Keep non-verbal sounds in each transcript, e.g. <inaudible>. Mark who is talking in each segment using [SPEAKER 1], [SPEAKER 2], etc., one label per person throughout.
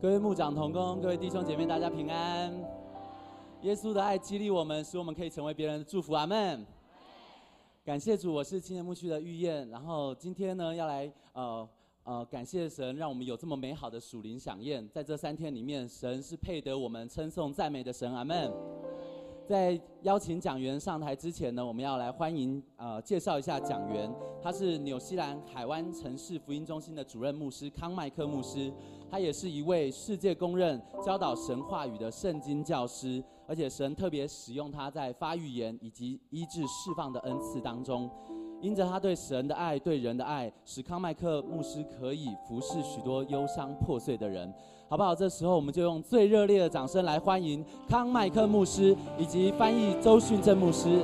[SPEAKER 1] 各位牧长同工，各位弟兄姐妹，大家平安。耶稣的爱激励我们，使我们可以成为别人的祝福。阿门。感谢主，我是青年牧区的玉燕。然后今天呢，要来呃呃，感谢神，让我们有这么美好的属灵飨宴。在这三天里面，神是配得我们称颂赞美的神。阿门。在邀请讲员上台之前呢，我们要来欢迎呃介绍一下讲员，他是纽西兰海湾城市福音中心的主任牧师康麦克牧师，他也是一位世界公认教导神话语的圣经教师，而且神特别使用他在发预言以及医治释放的恩赐当中。因着他对神的爱、对人的爱，使康麦克牧师可以服侍许多忧伤破碎的人，好不好？这时候我们就用最热烈的掌声来欢迎康麦克牧师以及翻译周训正牧师。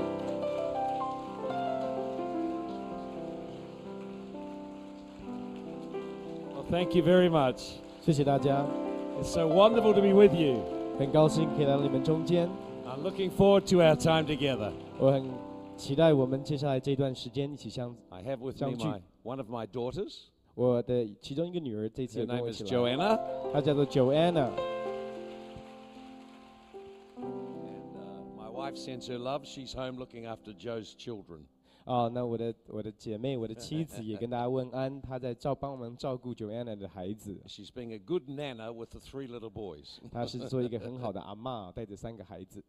[SPEAKER 2] Well, thank you very much.
[SPEAKER 3] 谢谢大家，
[SPEAKER 2] It's so wonderful to be with you.
[SPEAKER 3] 很高兴可以来到你们中间，
[SPEAKER 2] I'm looking forward to our time together.
[SPEAKER 3] 我很期待我们接下来这段时间一起相。
[SPEAKER 2] I have with me
[SPEAKER 3] Sounds
[SPEAKER 2] my,
[SPEAKER 3] good.
[SPEAKER 2] one of my daughters.
[SPEAKER 3] 我的其中一个女儿这次
[SPEAKER 2] Her
[SPEAKER 3] 有跟
[SPEAKER 2] name
[SPEAKER 3] 我一
[SPEAKER 2] is
[SPEAKER 3] 起来，
[SPEAKER 2] Joanna.
[SPEAKER 3] 她叫做 Joanna，
[SPEAKER 2] And, uh, my wife sends her love. She's home looking after Joe's children.
[SPEAKER 3] 啊，那我的我的姐妹，我的妻子也跟大家问安，她在照帮忙照顾 Joanna 的孩子，
[SPEAKER 2] She's being a good nana with the three little <laughs> boys.
[SPEAKER 3] 她是做一个很好的阿嬷，带着三个孩子。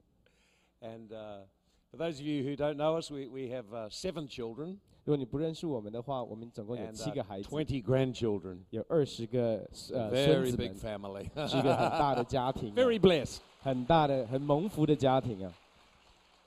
[SPEAKER 2] And uh, for those of you who don't know us, we, we have uh, seven children
[SPEAKER 3] 如果你不认识我们的话，我们总共有
[SPEAKER 2] and
[SPEAKER 3] 七
[SPEAKER 2] uh,
[SPEAKER 3] 个孩子，
[SPEAKER 2] 20 grandchildren.
[SPEAKER 3] 有二十个
[SPEAKER 2] Uh,
[SPEAKER 3] 呃孙
[SPEAKER 2] Very
[SPEAKER 3] 子
[SPEAKER 2] big
[SPEAKER 3] 们，
[SPEAKER 2] family. <laughs>
[SPEAKER 3] 是一个很大的家庭啊、
[SPEAKER 2] Very blessed.
[SPEAKER 3] 很大的很蒙福的家庭啊，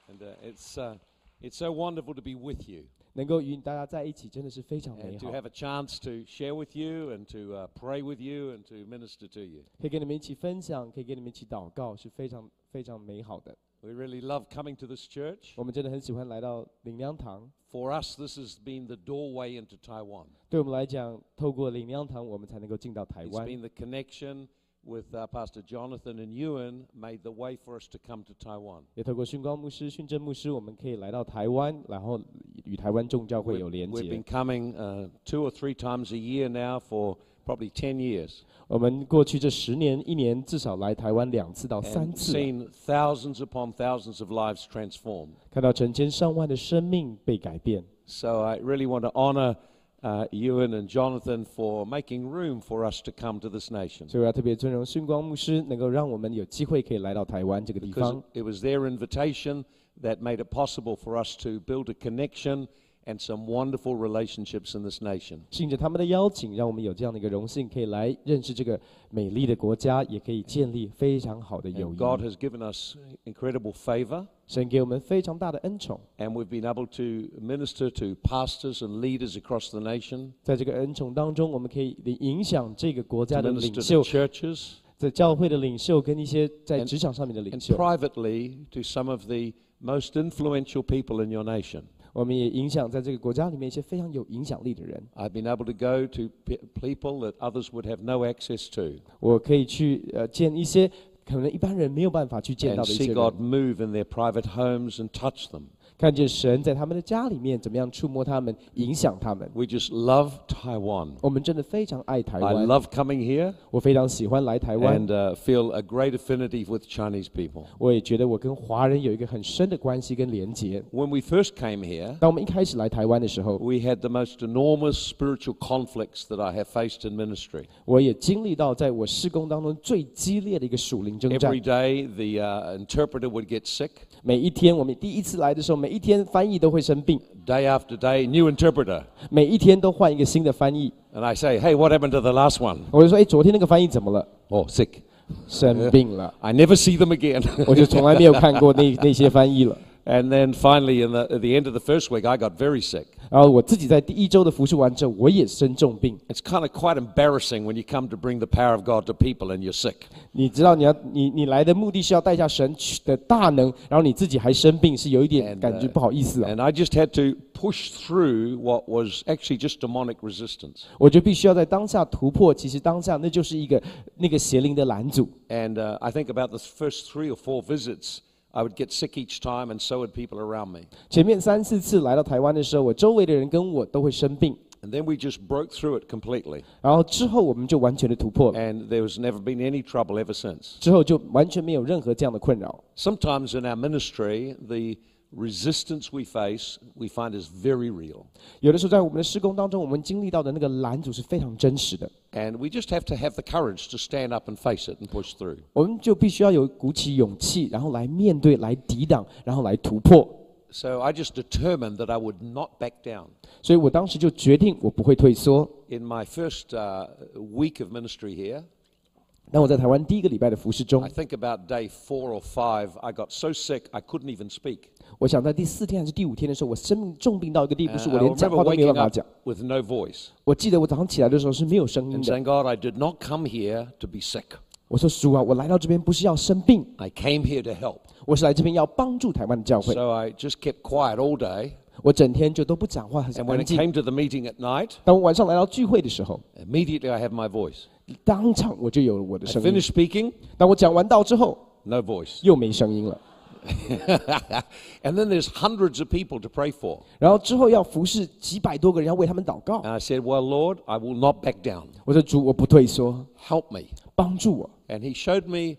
[SPEAKER 2] And uh, it's, uh, it's so wonderful to be with you.
[SPEAKER 3] 能够与大家在一起真的是非常美
[SPEAKER 2] and
[SPEAKER 3] 好
[SPEAKER 2] to。have a chance to share with you and to uh, pray with you and to minister to you.
[SPEAKER 3] 可以跟你们一起分享，可以跟你们一起祷告，是非常非常美好的。
[SPEAKER 2] We really love coming to this church.
[SPEAKER 3] 我们真的很喜欢来到灵粮堂。
[SPEAKER 2] For us, this has been the doorway into Taiwan.
[SPEAKER 3] 对我们来讲，透过灵粮堂，我们才能够进到台
[SPEAKER 2] It's
[SPEAKER 3] 湾。
[SPEAKER 2] been the connection with uh, Pastor Jonathan and Ewan made the way for us to come to Taiwan.
[SPEAKER 3] 也透过训光牧师、训正牧师，我们可以来到台湾，然后与台湾众教会有
[SPEAKER 2] We've,
[SPEAKER 3] 连
[SPEAKER 2] we've
[SPEAKER 3] 接
[SPEAKER 2] been。coming uh, two or three times a year now for probably 10 years
[SPEAKER 3] 我们过去这十年，一年至少来台湾两次到三
[SPEAKER 2] and
[SPEAKER 3] 次啊，
[SPEAKER 2] seen thousands upon thousands of lives transformed.
[SPEAKER 3] 看到成千上万的生命被改变。
[SPEAKER 2] So I really want to honor uh, Ewan and Jonathan for making room for us to come to this nation.
[SPEAKER 3] 所以我要特别尊荣训光牧师，能够让我们有机会可以来到台湾这个地
[SPEAKER 2] Because
[SPEAKER 3] 方
[SPEAKER 2] it。it was their invitation that made it possible for us to build a connection and some wonderful relationships in this nation.
[SPEAKER 3] 顺着他们的邀请，让我们有这样的一个荣幸，可以来认识这个美丽的国家，也可以建立非常好的
[SPEAKER 2] And
[SPEAKER 3] 友谊。
[SPEAKER 2] God has given us incredible favor,
[SPEAKER 3] 神给我们非常大的恩宠，
[SPEAKER 2] and we've been able to minister to pastors and leaders across the nation,
[SPEAKER 3] 在这个恩宠当中，我们可以影响这个国
[SPEAKER 2] to
[SPEAKER 3] 家的领
[SPEAKER 2] minister to
[SPEAKER 3] 袖，
[SPEAKER 2] churches,
[SPEAKER 3] 在教会的领袖跟一些在
[SPEAKER 2] And-
[SPEAKER 3] 职场上面的领
[SPEAKER 2] and
[SPEAKER 3] 袖，
[SPEAKER 2] privately to some of the most influential people in your nation.
[SPEAKER 3] 我们也影响在这个国家里面一些非常有影响力的人。
[SPEAKER 2] I've been able to go to pe- people that others would have no access to
[SPEAKER 3] 我可以去呃见一些可能一般人没有办法去见到
[SPEAKER 2] and
[SPEAKER 3] 的一些
[SPEAKER 2] see
[SPEAKER 3] 人
[SPEAKER 2] God，move in their private homes and touch them.
[SPEAKER 3] 看见神在他们的家里面怎么样触摸他们，影响他们。
[SPEAKER 2] We just love Taiwan.
[SPEAKER 3] 我们真的非常爱台
[SPEAKER 2] I
[SPEAKER 3] 湾，
[SPEAKER 2] love coming here
[SPEAKER 3] 我非常喜欢来台湾。
[SPEAKER 2] and uh, feel a great affinity with Chinese people.
[SPEAKER 3] 我也觉得我跟华人有一个很深的关系跟连结。
[SPEAKER 2] When we first came here,
[SPEAKER 3] 当我们一开始来台湾的时候，
[SPEAKER 2] we had the most enormous spiritual conflicts that I have faced in ministry.
[SPEAKER 3] 我也经历到在我施工当中最激烈的一个属灵征战
[SPEAKER 2] Every。day, the uh, interpreter would get sick.
[SPEAKER 3] 每一天，我们第一次来的时候，每一天翻译都会生病，
[SPEAKER 2] Day after day, new interpreter.
[SPEAKER 3] 每一天都换一个新的翻译。
[SPEAKER 2] And I say, hey, what happened to the last one?
[SPEAKER 3] 我就说，哎，昨天那个翻译怎么了？
[SPEAKER 2] Oh, sick.
[SPEAKER 3] 生病了。
[SPEAKER 2] I never see them again. <laughs>
[SPEAKER 3] 我就从来没有看过那那些翻译了。
[SPEAKER 2] and then finally, in the, at the end of the first week, I got very sick.
[SPEAKER 3] 然后我自己在第一周的服侍完之后，我也生重病。
[SPEAKER 2] It's kind of quite embarrassing when you come to bring the power of God to people and you're sick.
[SPEAKER 3] 你知道你要你你来的目的是要带下神的大能，然后你自己还生病，是有一点
[SPEAKER 2] And,
[SPEAKER 3] 感觉
[SPEAKER 2] uh,
[SPEAKER 3] 不好意思啊。
[SPEAKER 2] And I just had to push through what was actually just demonic resistance.
[SPEAKER 3] 我就必须要在当下突破。其实当下那就是一个那个邪灵的拦阻。
[SPEAKER 2] And uh, I think about the first three or four visits, I would get sick each time, and so would people around me.
[SPEAKER 3] 前面三四次来到台湾的时候，我周围的人跟我都会生病，
[SPEAKER 2] And then we just broke through it completely.
[SPEAKER 3] 然后之后我们就完全的突破了，
[SPEAKER 2] And there has never been any trouble ever since.
[SPEAKER 3] 之后就完全没有任何这样的困扰。
[SPEAKER 2] Sometimes in our ministry, the resistance we face, we find is very real.
[SPEAKER 3] 有的时候在我们的施工当中，我们经历到的那个拦阻是非常真实的，
[SPEAKER 2] And we just have to have the courage to stand up and face it and push through.
[SPEAKER 3] 我们就必须要有鼓起勇气，然后来面对、来抵挡、然后来突破。
[SPEAKER 2] So I just determined that I would not back down.
[SPEAKER 3] 所以我当时就决定我不会退缩。
[SPEAKER 2] In my first uh, week of ministry here,
[SPEAKER 3] 那我在台湾第一个礼拜的服饰中
[SPEAKER 2] I，think about day four or five, I got so sick I couldn't even speak.
[SPEAKER 3] 我想在第四天还是第五天的时候，我生病重病到一个地步，
[SPEAKER 2] And
[SPEAKER 3] 是
[SPEAKER 2] I
[SPEAKER 3] 我连讲
[SPEAKER 2] 呃 remember
[SPEAKER 3] 话都没有办
[SPEAKER 2] waking
[SPEAKER 3] 法
[SPEAKER 2] up
[SPEAKER 3] 讲。
[SPEAKER 2] with no voice
[SPEAKER 3] 我记得我早上起来的时候是没有声音
[SPEAKER 2] and
[SPEAKER 3] 的。
[SPEAKER 2] saying, God, I did not come here to be sick.
[SPEAKER 3] 我说叔啊，我来到这边不是要生病，
[SPEAKER 2] I came here to help.
[SPEAKER 3] 我是来这边要帮助台湾的教会。
[SPEAKER 2] So I just kept quiet all day.
[SPEAKER 3] 我整天就都不讲话，很
[SPEAKER 2] And when
[SPEAKER 3] 安
[SPEAKER 2] it
[SPEAKER 3] 静。
[SPEAKER 2] came to the meeting at night,
[SPEAKER 3] 当我晚上来到聚会的时候，
[SPEAKER 2] immediately I had my voice.
[SPEAKER 3] 当场我就有了我的
[SPEAKER 2] I
[SPEAKER 3] 声音。
[SPEAKER 2] finished speaking,
[SPEAKER 3] 当我讲完道之后，
[SPEAKER 2] no voice.
[SPEAKER 3] 又没声音了。
[SPEAKER 2] <laughs> and then there's hundreds of people to pray for.
[SPEAKER 3] 然后之后要服侍几百多个人，要为他们祷告
[SPEAKER 2] And。I said, Well, Lord, I will not back down.
[SPEAKER 3] 我说主，我不退缩，
[SPEAKER 2] Help me.
[SPEAKER 3] 帮助我。
[SPEAKER 2] And he showed me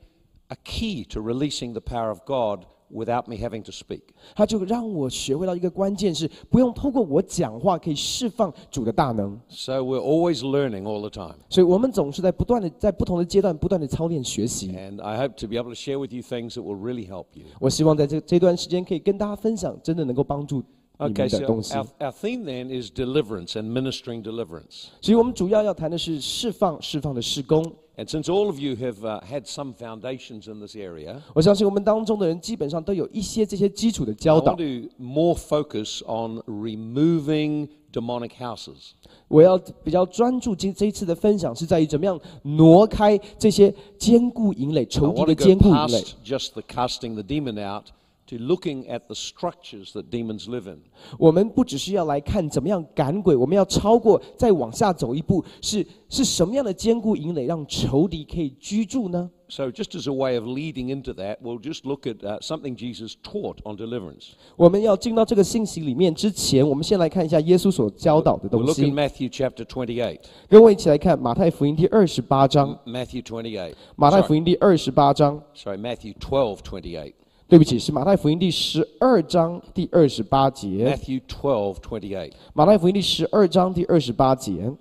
[SPEAKER 2] a key to releasing the power of God without me having to speak.
[SPEAKER 3] 他就让我学会到一个关键是，不用透过我讲话可以释放主的大能。
[SPEAKER 2] So we're always learning all the time.
[SPEAKER 3] 所以我们总是在不断的在不同的阶段不断的操练学习。
[SPEAKER 2] And I hope to be able to share with you things that will really help you.
[SPEAKER 3] 我希望在这这段时间可以跟大家分享，真的能够帮助你
[SPEAKER 2] Okay,
[SPEAKER 3] 们的
[SPEAKER 2] so
[SPEAKER 3] 东西。
[SPEAKER 2] our, our theme then is deliverance and ministering deliverance.
[SPEAKER 3] 其实我们主要要谈的是释放，释放的施工。
[SPEAKER 2] And since all of you have uh, had some foundations in this area,
[SPEAKER 3] 我相信我们当中的人基本上都有一些这些基础的
[SPEAKER 2] I
[SPEAKER 3] 教
[SPEAKER 2] want。
[SPEAKER 3] 导
[SPEAKER 2] to more focus on removing demonic houses.
[SPEAKER 3] 我要比较专注今这一次的分享是在于怎么样挪开这些坚固营垒、
[SPEAKER 2] I
[SPEAKER 3] 仇敌
[SPEAKER 2] want
[SPEAKER 3] 的
[SPEAKER 2] to go
[SPEAKER 3] 坚固营垒。
[SPEAKER 2] past just the casting the demon out to looking at the structures that demons live in.
[SPEAKER 3] 我们不只是要来看怎么样赶鬼，我们要超过再往下走一步，是是什么样的坚固营垒让仇敌可以居住呢？
[SPEAKER 2] So, just as a way of leading into that, we'll just look at uh, something Jesus taught on deliverance.
[SPEAKER 3] 我们要进到这个信息里面之前，我们先来看一下耶稣所教导的
[SPEAKER 2] We'll
[SPEAKER 3] 东
[SPEAKER 2] look in
[SPEAKER 3] 西。
[SPEAKER 2] Matthew chapter 28.
[SPEAKER 3] 跟我一起来看马太福音第二十八章，
[SPEAKER 2] Matthew 28.
[SPEAKER 3] 马太福
[SPEAKER 2] Sorry,
[SPEAKER 3] 音第二十八章，
[SPEAKER 2] sorry, Matthew 12, 28.
[SPEAKER 3] 对不起，是马太福音第十二章第二十八节。
[SPEAKER 2] Matthew 12, 28.
[SPEAKER 3] 马太福音第十二章第二十八节。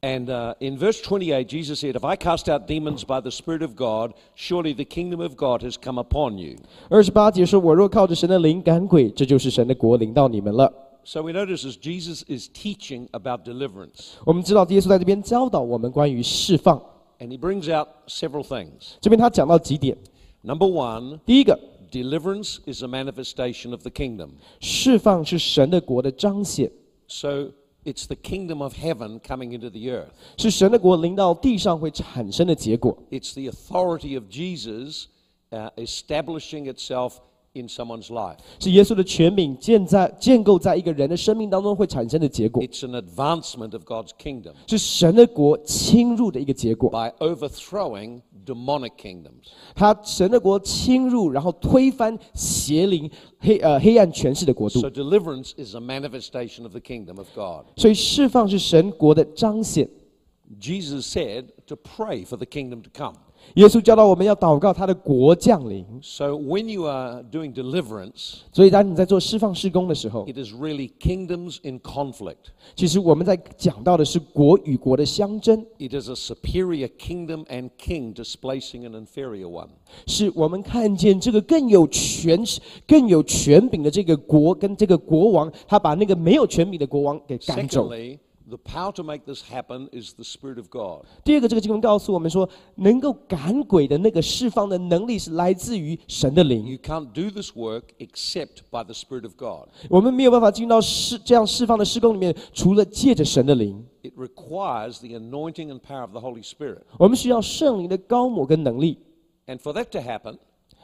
[SPEAKER 2] And uh, in verse 28, Jesus said, If I cast out demons by the Spirit of God, surely the kingdom of God has come upon you.
[SPEAKER 3] 二十八节说：“我若靠着神的灵赶鬼，这就是神的国临到你们了。
[SPEAKER 2] So we notice as Jesus is teaching about deliverance, ”
[SPEAKER 3] 我们知道耶稣在这边教导我们关于释放。
[SPEAKER 2] and he brings out several things.
[SPEAKER 3] 这边他讲到几点：
[SPEAKER 2] Number one,
[SPEAKER 3] 第一个，
[SPEAKER 2] deliverance is a manifestation of the kingdom.
[SPEAKER 3] 释放是神的国的彰显，
[SPEAKER 2] So it's the kingdom of heaven coming into the earth.
[SPEAKER 3] 是神的国临到地上会产生的结果，
[SPEAKER 2] It's the authority of Jesus uh, establishing itself in someone's life.
[SPEAKER 3] 是耶稣的权柄建在建构在一个人的生命当中会产生的结果，
[SPEAKER 2] It's an advancement of God's kingdom
[SPEAKER 3] 是神的国侵入的一个结果。
[SPEAKER 2] by overthrowing demonic kingdoms.
[SPEAKER 3] 他神的国侵入，然后推翻邪灵黑呃黑暗权势的国度
[SPEAKER 2] So，deliverance is a manifestation of the kingdom of God.
[SPEAKER 3] 所以释放是神国的彰显。
[SPEAKER 2] Jesus said to pray for the kingdom to come.
[SPEAKER 3] 耶稣教导我们要祷告他的国降临，
[SPEAKER 2] So when you are doing deliverance,
[SPEAKER 3] 所以当你在做释放施工的时候，
[SPEAKER 2] it is really kingdoms in conflict.
[SPEAKER 3] 其实我们在讲到的是国与国的相争，
[SPEAKER 2] It is a superior kingdom and king displacing an inferior one.
[SPEAKER 3] 是我们看见这个更有权、更有权柄的这个国跟这个国王，他把那个没有权柄的国王给赶走。
[SPEAKER 2] Secondly, the power to make this happen is the Spirit of God.
[SPEAKER 3] 第二个，这个经文告诉我们说，能够赶鬼的那个释放的能力是来自于神的灵。
[SPEAKER 2] You can't do this work except by the Spirit of God.
[SPEAKER 3] 我们没有办法进入到释这样释放的施工里面，除了借着神的灵，
[SPEAKER 2] It requires the anointing and power of the Holy Spirit.
[SPEAKER 3] 我们需要圣灵的高抹跟能力。
[SPEAKER 2] And for that to happen,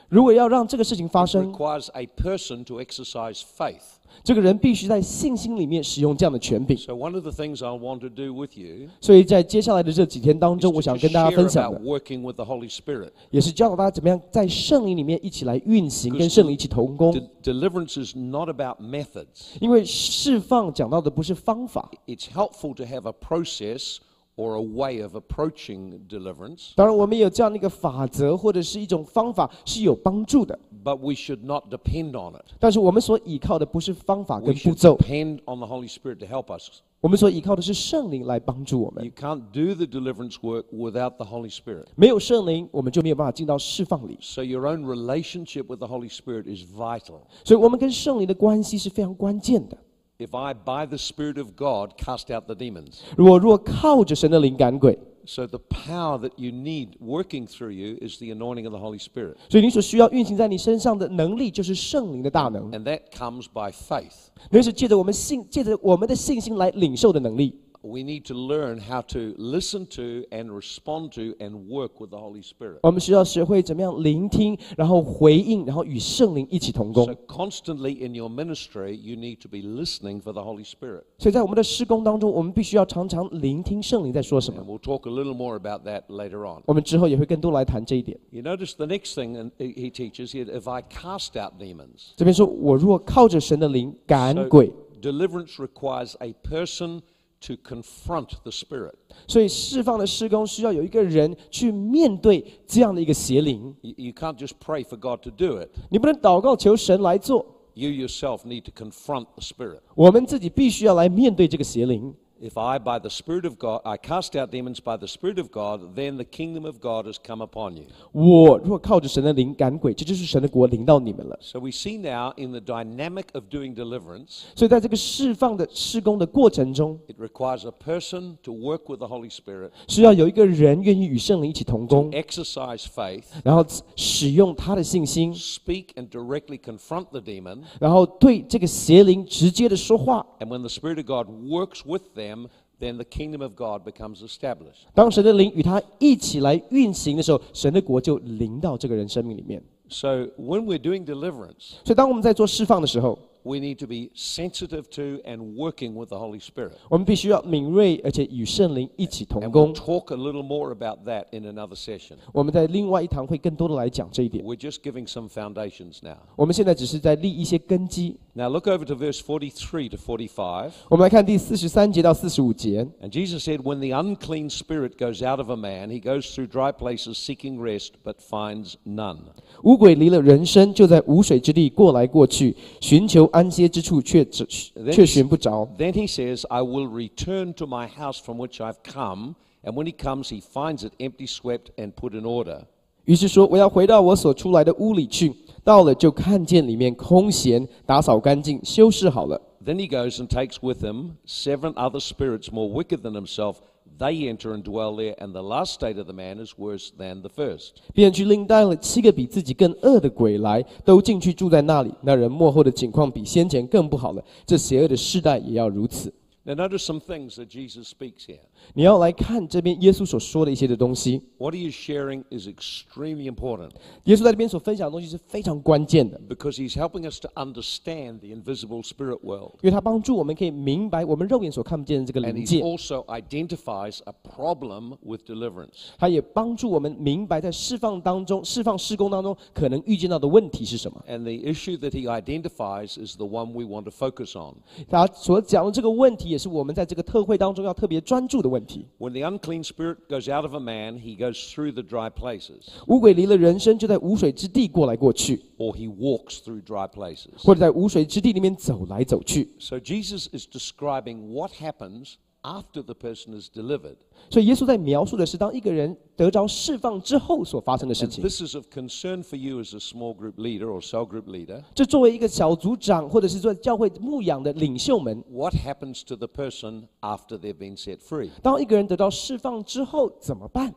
[SPEAKER 3] 如果要让这个事情发
[SPEAKER 2] It
[SPEAKER 3] 生，
[SPEAKER 2] requires a person to exercise faith.
[SPEAKER 3] 这个人必须在信心里面使用这样的权柄。
[SPEAKER 2] So, one of the things I want to do with you
[SPEAKER 3] 所以在接下来的这几天当
[SPEAKER 2] is
[SPEAKER 3] 中，
[SPEAKER 2] to
[SPEAKER 3] 我想
[SPEAKER 2] just
[SPEAKER 3] 跟大家
[SPEAKER 2] share
[SPEAKER 3] 分享
[SPEAKER 2] about
[SPEAKER 3] 的，
[SPEAKER 2] working with the Holy Spirit.
[SPEAKER 3] 也是教导大家怎么样在圣灵里面一起来运行，跟圣灵一起同工。
[SPEAKER 2] De- deliverance is not about methods.
[SPEAKER 3] 因为释放讲到的不是方法，
[SPEAKER 2] It's helpful to have a process or a way of approaching deliverance,
[SPEAKER 3] 当然我们有这样的一个法则或者是一种方法是有帮助的，
[SPEAKER 2] but we should not depend on it.
[SPEAKER 3] 但是我们所依靠的不是方法
[SPEAKER 2] We
[SPEAKER 3] 跟步
[SPEAKER 2] should
[SPEAKER 3] 骤，
[SPEAKER 2] depend on the Holy Spirit to help us.
[SPEAKER 3] 我们所依靠的是圣灵来帮助我们
[SPEAKER 2] You。can't do the deliverance work without the Holy Spirit.
[SPEAKER 3] 没有圣灵，我们就没有办法进到释放里。
[SPEAKER 2] So your own relationship with the Holy Spirit is vital.
[SPEAKER 3] 所以，我们跟圣灵的关系是非常关键的。
[SPEAKER 2] If I, by the Spirit of God, cast out the demons.
[SPEAKER 3] 如果若靠着神的灵感鬼，
[SPEAKER 2] So the power that you need working through you is the anointing of the Holy Spirit.
[SPEAKER 3] 所以你所需要运行在你身上的能力就是圣灵的大能，
[SPEAKER 2] And that comes by faith.
[SPEAKER 3] 那是借着我们信，借着我们的信心来领受的能力。
[SPEAKER 2] We need to learn how to listen to and respond to and work with the Holy Spirit.
[SPEAKER 3] 我们需要学会怎么样聆听，然后回应，然后与圣灵一起同工
[SPEAKER 2] So。constantly in your ministry, you need to be listening for the Holy Spirit.
[SPEAKER 3] 所以在我们的施工当中，我们必须要常常聆听圣灵在说什么
[SPEAKER 2] And。we'll talk a little more about that later on.
[SPEAKER 3] 我们之后也会更多来谈这一点。
[SPEAKER 2] You notice the next thing and he he teaches here, if I cast out demons.
[SPEAKER 3] 这边说，我若靠着神的灵赶
[SPEAKER 2] So
[SPEAKER 3] 鬼，
[SPEAKER 2] deliverance requires a person to confront the spirit.
[SPEAKER 3] 所以释放的施工需要有一个人去面对这样的一个邪灵。
[SPEAKER 2] You, you can't just pray for God to do it.
[SPEAKER 3] 你不能祷告求神来做，
[SPEAKER 2] You yourself need to confront the spirit.
[SPEAKER 3] 我们自己必须要来面对这个邪灵。
[SPEAKER 2] If I by the spirit of God I cast out demons by the spirit of God, then the kingdom of God has come upon you.
[SPEAKER 3] 我若靠着神的灵赶鬼，这就是神的国临到你们了。
[SPEAKER 2] So we see now in the dynamic of doing deliverance,
[SPEAKER 3] 所以在这个释放的施工的过程中，
[SPEAKER 2] it requires a person to work with the Holy Spirit,
[SPEAKER 3] 需要有一个人愿意与圣灵一起同工，
[SPEAKER 2] exercise faith,
[SPEAKER 3] 然后使用他的信心，
[SPEAKER 2] speak and directly confront the demon.
[SPEAKER 3] 然后对这个邪灵直接的说话。
[SPEAKER 2] And when the Spirit of God works with them, then the kingdom of God becomes established.
[SPEAKER 3] 当神的灵与他一起来运行的时候，神的国就临到这个人生命里面。
[SPEAKER 2] So when we're doing deliverance,
[SPEAKER 3] 所以，当我们在做释放的时候，
[SPEAKER 2] we need to be sensitive to and working with the Holy Spirit.
[SPEAKER 3] 我们必须要敏锐，而且与圣灵一起同
[SPEAKER 2] And we'll
[SPEAKER 3] 工。
[SPEAKER 2] talk a little more about that in another session.
[SPEAKER 3] 我们在另外一堂会更多的来讲这一点。
[SPEAKER 2] We're just giving some foundations now.
[SPEAKER 3] 我们现在只是在立一些根基。
[SPEAKER 2] Now look over to verse 43 to 45.
[SPEAKER 3] 我们来看第四十三节到四十五节。
[SPEAKER 2] And Jesus said, When the unclean spirit goes out of a man, he goes through dry places seeking rest, but finds none.
[SPEAKER 3] 乌鬼离了人身，就在无水之地过来过去，寻求安歇之处，却只却寻不着。
[SPEAKER 2] Then he says, I will return to my house from which I've come. And when he comes, he finds it empty, swept, and put in order.
[SPEAKER 3] 于是说：“我要回到我所出来的屋里去。”到了就看见里面空闲，打扫干净，修饰好了。
[SPEAKER 2] Then he goes and takes with him seven other spirits more wicked than himself. They enter and dwell there, and the last state of the man is worse than the first.
[SPEAKER 3] 便去另带了七个比自己更恶的鬼来，都进去住在那里。那人幕后的景况比先前更不好了。这邪恶的世代也要如此。
[SPEAKER 2] Now, notice some things that Jesus speaks here.
[SPEAKER 3] 你要来看这边耶稣所说的一些的东西。
[SPEAKER 2] What he is sharing is extremely important
[SPEAKER 3] 耶稣在这边所分享的东西是非常关键的，
[SPEAKER 2] because he's helping us to understand the invisible spirit world.
[SPEAKER 3] 因为它帮助我们可以明白我们肉眼所看不见的这个
[SPEAKER 2] And
[SPEAKER 3] 灵
[SPEAKER 2] he
[SPEAKER 3] 界。
[SPEAKER 2] also identifies a problem with deliverance.
[SPEAKER 3] 它也帮助我们明白在释放当中、释放施工当中可能遇见到的问题是什么。
[SPEAKER 2] And the issue that he identifies is the one we want to focus on.
[SPEAKER 3] 他所讲的这个问题，也是我们在这个特会当中要特别专注的问题。
[SPEAKER 2] When the unclean spirit goes out of a man, he goes through the dry places,
[SPEAKER 3] 五鬼离了人生，就在无水之地过来过去，
[SPEAKER 2] or he walks through dry places.
[SPEAKER 3] 或者在无水之地里面走来走去。
[SPEAKER 2] So Jesus is describing what happens after the person is delivered.
[SPEAKER 3] 所以耶稣在描述的是，当一个人得着释放之后所发生的事
[SPEAKER 2] And
[SPEAKER 3] 情。
[SPEAKER 2] this is of concern for you as a small group leader or cell group leader.
[SPEAKER 3] 这作为一个小组长，或者是做教会牧养的领袖们，
[SPEAKER 2] What happens to the person after they've been set free?
[SPEAKER 3] 当一个人得到释放之后怎么办？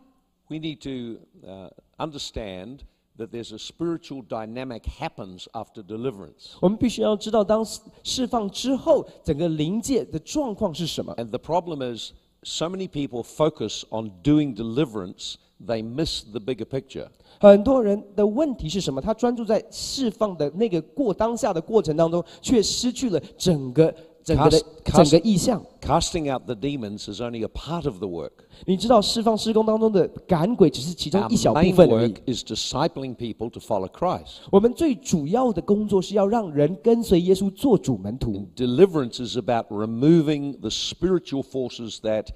[SPEAKER 2] We need to uh, understand that there's a spiritual dynamic happens after deliverance.
[SPEAKER 3] 我们必须要知道，当释释放之后，整个灵界的状况是什么。
[SPEAKER 2] And the problem is so many people focus on doing deliverance, they miss the bigger picture.
[SPEAKER 3] 很多人的问题是什么？他专注在释放的那个过当下的过程当中，却失去了整个整个的
[SPEAKER 2] Cast-
[SPEAKER 3] 整个意向。
[SPEAKER 2] Casting out the demons is only a part of the work.
[SPEAKER 3] 你知道，释放施工当中的赶鬼只是其中
[SPEAKER 2] Our
[SPEAKER 3] 一小部
[SPEAKER 2] main
[SPEAKER 3] 分而已
[SPEAKER 2] work。is discipling people to follow Christ.
[SPEAKER 3] 我们最主要的工作是要让人跟随耶稣做主门徒。
[SPEAKER 2] Deliverance is about removing the spiritual forces that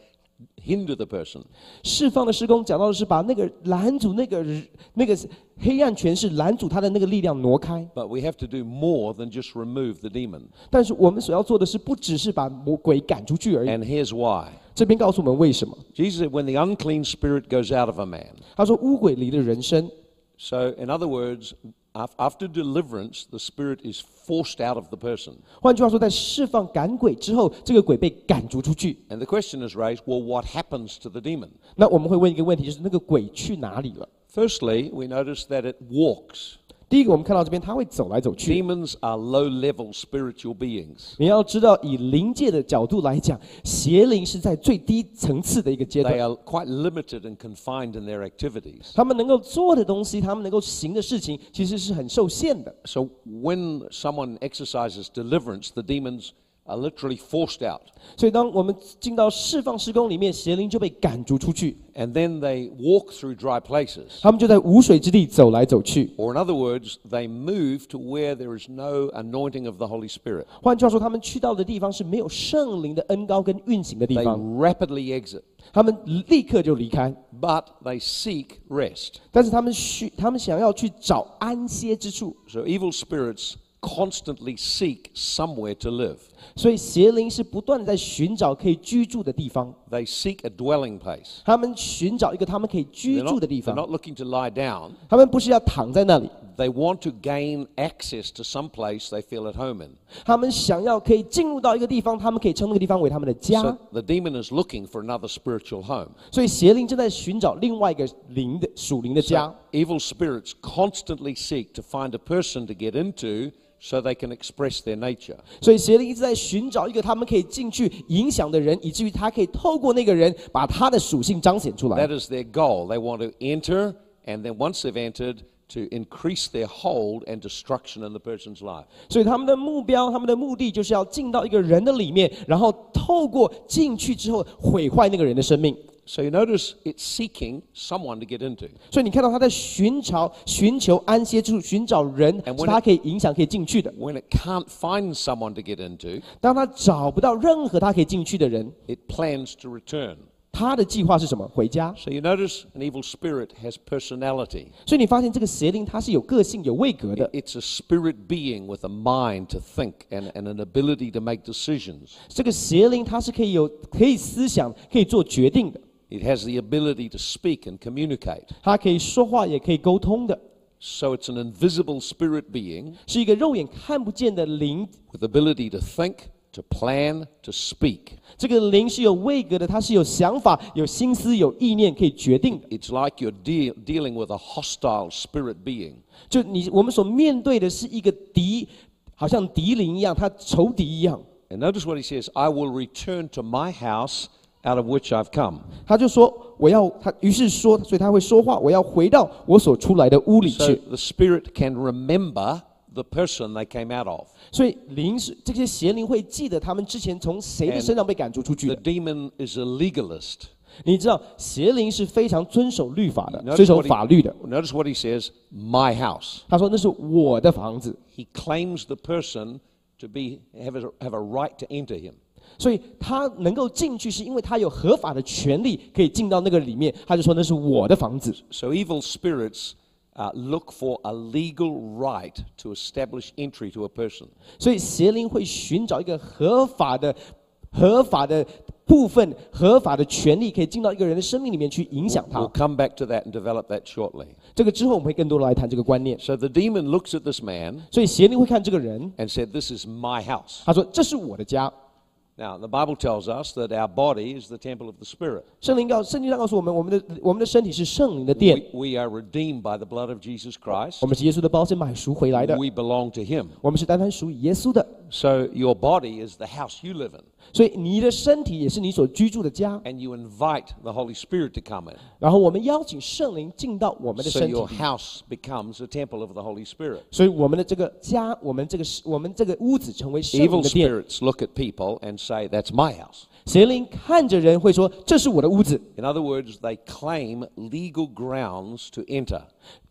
[SPEAKER 2] hinder the person.
[SPEAKER 3] 释放的施工讲到的是把那个拦阻那个那个黑暗权势拦阻他的那个力量挪开。
[SPEAKER 2] But we have to do more than just remove the demon.
[SPEAKER 3] 但是我们所要做的是，不只是把魔鬼赶出去而已。
[SPEAKER 2] And here's why.
[SPEAKER 3] 这边告诉我们为什么？
[SPEAKER 2] Jesus said, when the unclean spirit goes out of a man.
[SPEAKER 3] 他说乌鬼离了人生，
[SPEAKER 2] So, in other words, af- after deliverance, the spirit is forced out of the person.
[SPEAKER 3] 换句话说，在释放赶鬼之后，这个鬼被赶逐出去。
[SPEAKER 2] And the question is raised well, what happens to the demon?
[SPEAKER 3] 那我们会问一个问题，就是那个鬼去哪里了？
[SPEAKER 2] Firstly, we notice that it walks.
[SPEAKER 3] 第一个，我们看到这边他会走来走去。
[SPEAKER 2] Demons are low level spiritual beings,
[SPEAKER 3] 你要知道，以灵界的角度来讲，邪灵是在最低层次的一个阶
[SPEAKER 2] they
[SPEAKER 3] 段，
[SPEAKER 2] are quite limited and confined in their activities.
[SPEAKER 3] 他们能够做的东西，他们能够行的事情，其实是很受限的。
[SPEAKER 2] So, when someone exercises deliverance, the demons are literally forced out.
[SPEAKER 3] 所以，当我们进到释放施工里面，邪灵就被赶逐出去，
[SPEAKER 2] And then they walk through dry places.
[SPEAKER 3] 他们就在无水之地走来走去。
[SPEAKER 2] Or, in other words, they move to where there is no anointing of the Holy Spirit.
[SPEAKER 3] 换句话说，他们去到的地方是没有圣灵的恩高跟运行的地
[SPEAKER 2] They
[SPEAKER 3] 方，
[SPEAKER 2] rapidly exit,
[SPEAKER 3] 他们立刻就离开。
[SPEAKER 2] but they seek rest.
[SPEAKER 3] 但是他们需，他们想要去找安歇之处，
[SPEAKER 2] So evil spirits constantly seek somewhere to live.
[SPEAKER 3] 所以邪灵是不断的在寻找可以居住的地方，
[SPEAKER 2] They seek a dwelling place.
[SPEAKER 3] 他们寻找一个他们可以居
[SPEAKER 2] They're
[SPEAKER 3] 住
[SPEAKER 2] not,
[SPEAKER 3] 的地
[SPEAKER 2] they're
[SPEAKER 3] 方，
[SPEAKER 2] not looking to lie down.
[SPEAKER 3] 他们不是要躺在那里，
[SPEAKER 2] They want to gain access to some place they feel at home in.
[SPEAKER 3] 他们想要可以进入到一个地方，他们可以称那个地方为他们的家
[SPEAKER 2] So，the demon is looking for another spiritual home.
[SPEAKER 3] 所以邪灵正在寻找另外一个灵的属灵的
[SPEAKER 2] So
[SPEAKER 3] 家。
[SPEAKER 2] evil spirits constantly seek to find a person to get into so they can express their nature.
[SPEAKER 3] 所以邪灵一直在寻找一个他们可以进去影响的人，以至于他可以透过那个人把他的属性彰显出来
[SPEAKER 2] That。is their goal. They want to enter, and then once they've entered, to increase their hold and destruction in the person's life.
[SPEAKER 3] 所以他们的目标、他们的目的就是要进到一个人的里面，然后透过进去之后毁坏那个人的生命。
[SPEAKER 2] So you notice it's seeking someone to get into.
[SPEAKER 3] 所以你看到他在寻找、寻求安歇之处，寻找人
[SPEAKER 2] And when
[SPEAKER 3] 是他可以影响、可以进去的。
[SPEAKER 2] When it can't find someone to get into,
[SPEAKER 3] 当他找不到任何他可以进去的人，
[SPEAKER 2] it plans to return.
[SPEAKER 3] 他的计划是什么？回家。
[SPEAKER 2] So you notice an evil spirit has personality.
[SPEAKER 3] 所以你发现这个邪灵他是有个性、有位格的，
[SPEAKER 2] It's a spirit being with a mind to think and, and an ability to make decisions.
[SPEAKER 3] 这个邪灵他是可以有、可以思想、可以做决定的，
[SPEAKER 2] It has the ability to speak and communicate.
[SPEAKER 3] 他可以说话，也可以沟通的，
[SPEAKER 2] So it's an invisible spirit being
[SPEAKER 3] 是一个肉眼看不见的灵。
[SPEAKER 2] with ability to think, to plan, to speak.
[SPEAKER 3] 这个灵是有位格的，它是有想法、有心思、有意念可以决定的。
[SPEAKER 2] It's like you're de- dealing with a hostile spirit being.
[SPEAKER 3] 就你我们所面对的是一个敌，好像敌灵一样，他仇敌一样。
[SPEAKER 2] And notice what he says I will return to my house out of which I've come.
[SPEAKER 3] 他就说我要他，于是说，所以他会说话，我要回到我所出来的屋里
[SPEAKER 2] So
[SPEAKER 3] 去。
[SPEAKER 2] the spirit can remember the person they came out of.
[SPEAKER 3] 所以灵是这些邪灵会记得他们之前从谁的身上被赶逐出去
[SPEAKER 2] The
[SPEAKER 3] 的。
[SPEAKER 2] demon is a legalist.
[SPEAKER 3] 你知道邪灵是非常遵守律法的，遵
[SPEAKER 2] Notice
[SPEAKER 3] 守
[SPEAKER 2] what,
[SPEAKER 3] 法律
[SPEAKER 2] he,
[SPEAKER 3] 的。
[SPEAKER 2] notice what he says my house.
[SPEAKER 3] 他说那是我的房子，
[SPEAKER 2] He claims the person to be, have, a, have a right to enter him.
[SPEAKER 3] 所以他能够进去，是因为他有合法的权利可以进到那个里面。他就说那是我的房子，
[SPEAKER 2] So evil spirits uh, look for a legal right to establish entry to a person.
[SPEAKER 3] 所以邪灵会寻找一个合法的、合法的部分、合法的权利，可以进到一个人的生命里面去影响
[SPEAKER 2] We'll
[SPEAKER 3] 他。
[SPEAKER 2] come back to that and develop that shortly.
[SPEAKER 3] 这个之后我们会更多的来谈这个观念。
[SPEAKER 2] So the demon looks at this man
[SPEAKER 3] 所以邪灵会看这个人，
[SPEAKER 2] and said, This is my house.
[SPEAKER 3] 他说：“这是我的家。
[SPEAKER 2] Now, the Bible tells us that our body is the temple of the Spirit. ”
[SPEAKER 3] 圣灵告圣经上告诉我们，我们的我们的身体是圣灵的
[SPEAKER 2] We,
[SPEAKER 3] 殿，
[SPEAKER 2] we are redeemed by the blood of Jesus Christ.
[SPEAKER 3] 我们是耶稣的包身买赎回来的，
[SPEAKER 2] We belong to Him.
[SPEAKER 3] 我们是单单属于耶稣的。
[SPEAKER 2] So your body is the house you live in.
[SPEAKER 3] 所以你的身体也是你所居住的家。
[SPEAKER 2] and you invite the Holy Spirit to come in.
[SPEAKER 3] 然后我们邀请圣灵进到我们的
[SPEAKER 2] So
[SPEAKER 3] 身体
[SPEAKER 2] your
[SPEAKER 3] 里，
[SPEAKER 2] house becomes a temple of the Holy Spirit.
[SPEAKER 3] 所以我们的这个家，我们这个我们这个屋子成为圣灵
[SPEAKER 2] Evil
[SPEAKER 3] 的殿。
[SPEAKER 2] spirits look at people and say, That's my house.
[SPEAKER 3] 邪灵看着人会说：“这是我的屋子。
[SPEAKER 2] In other words, they claim legal grounds to enter. ”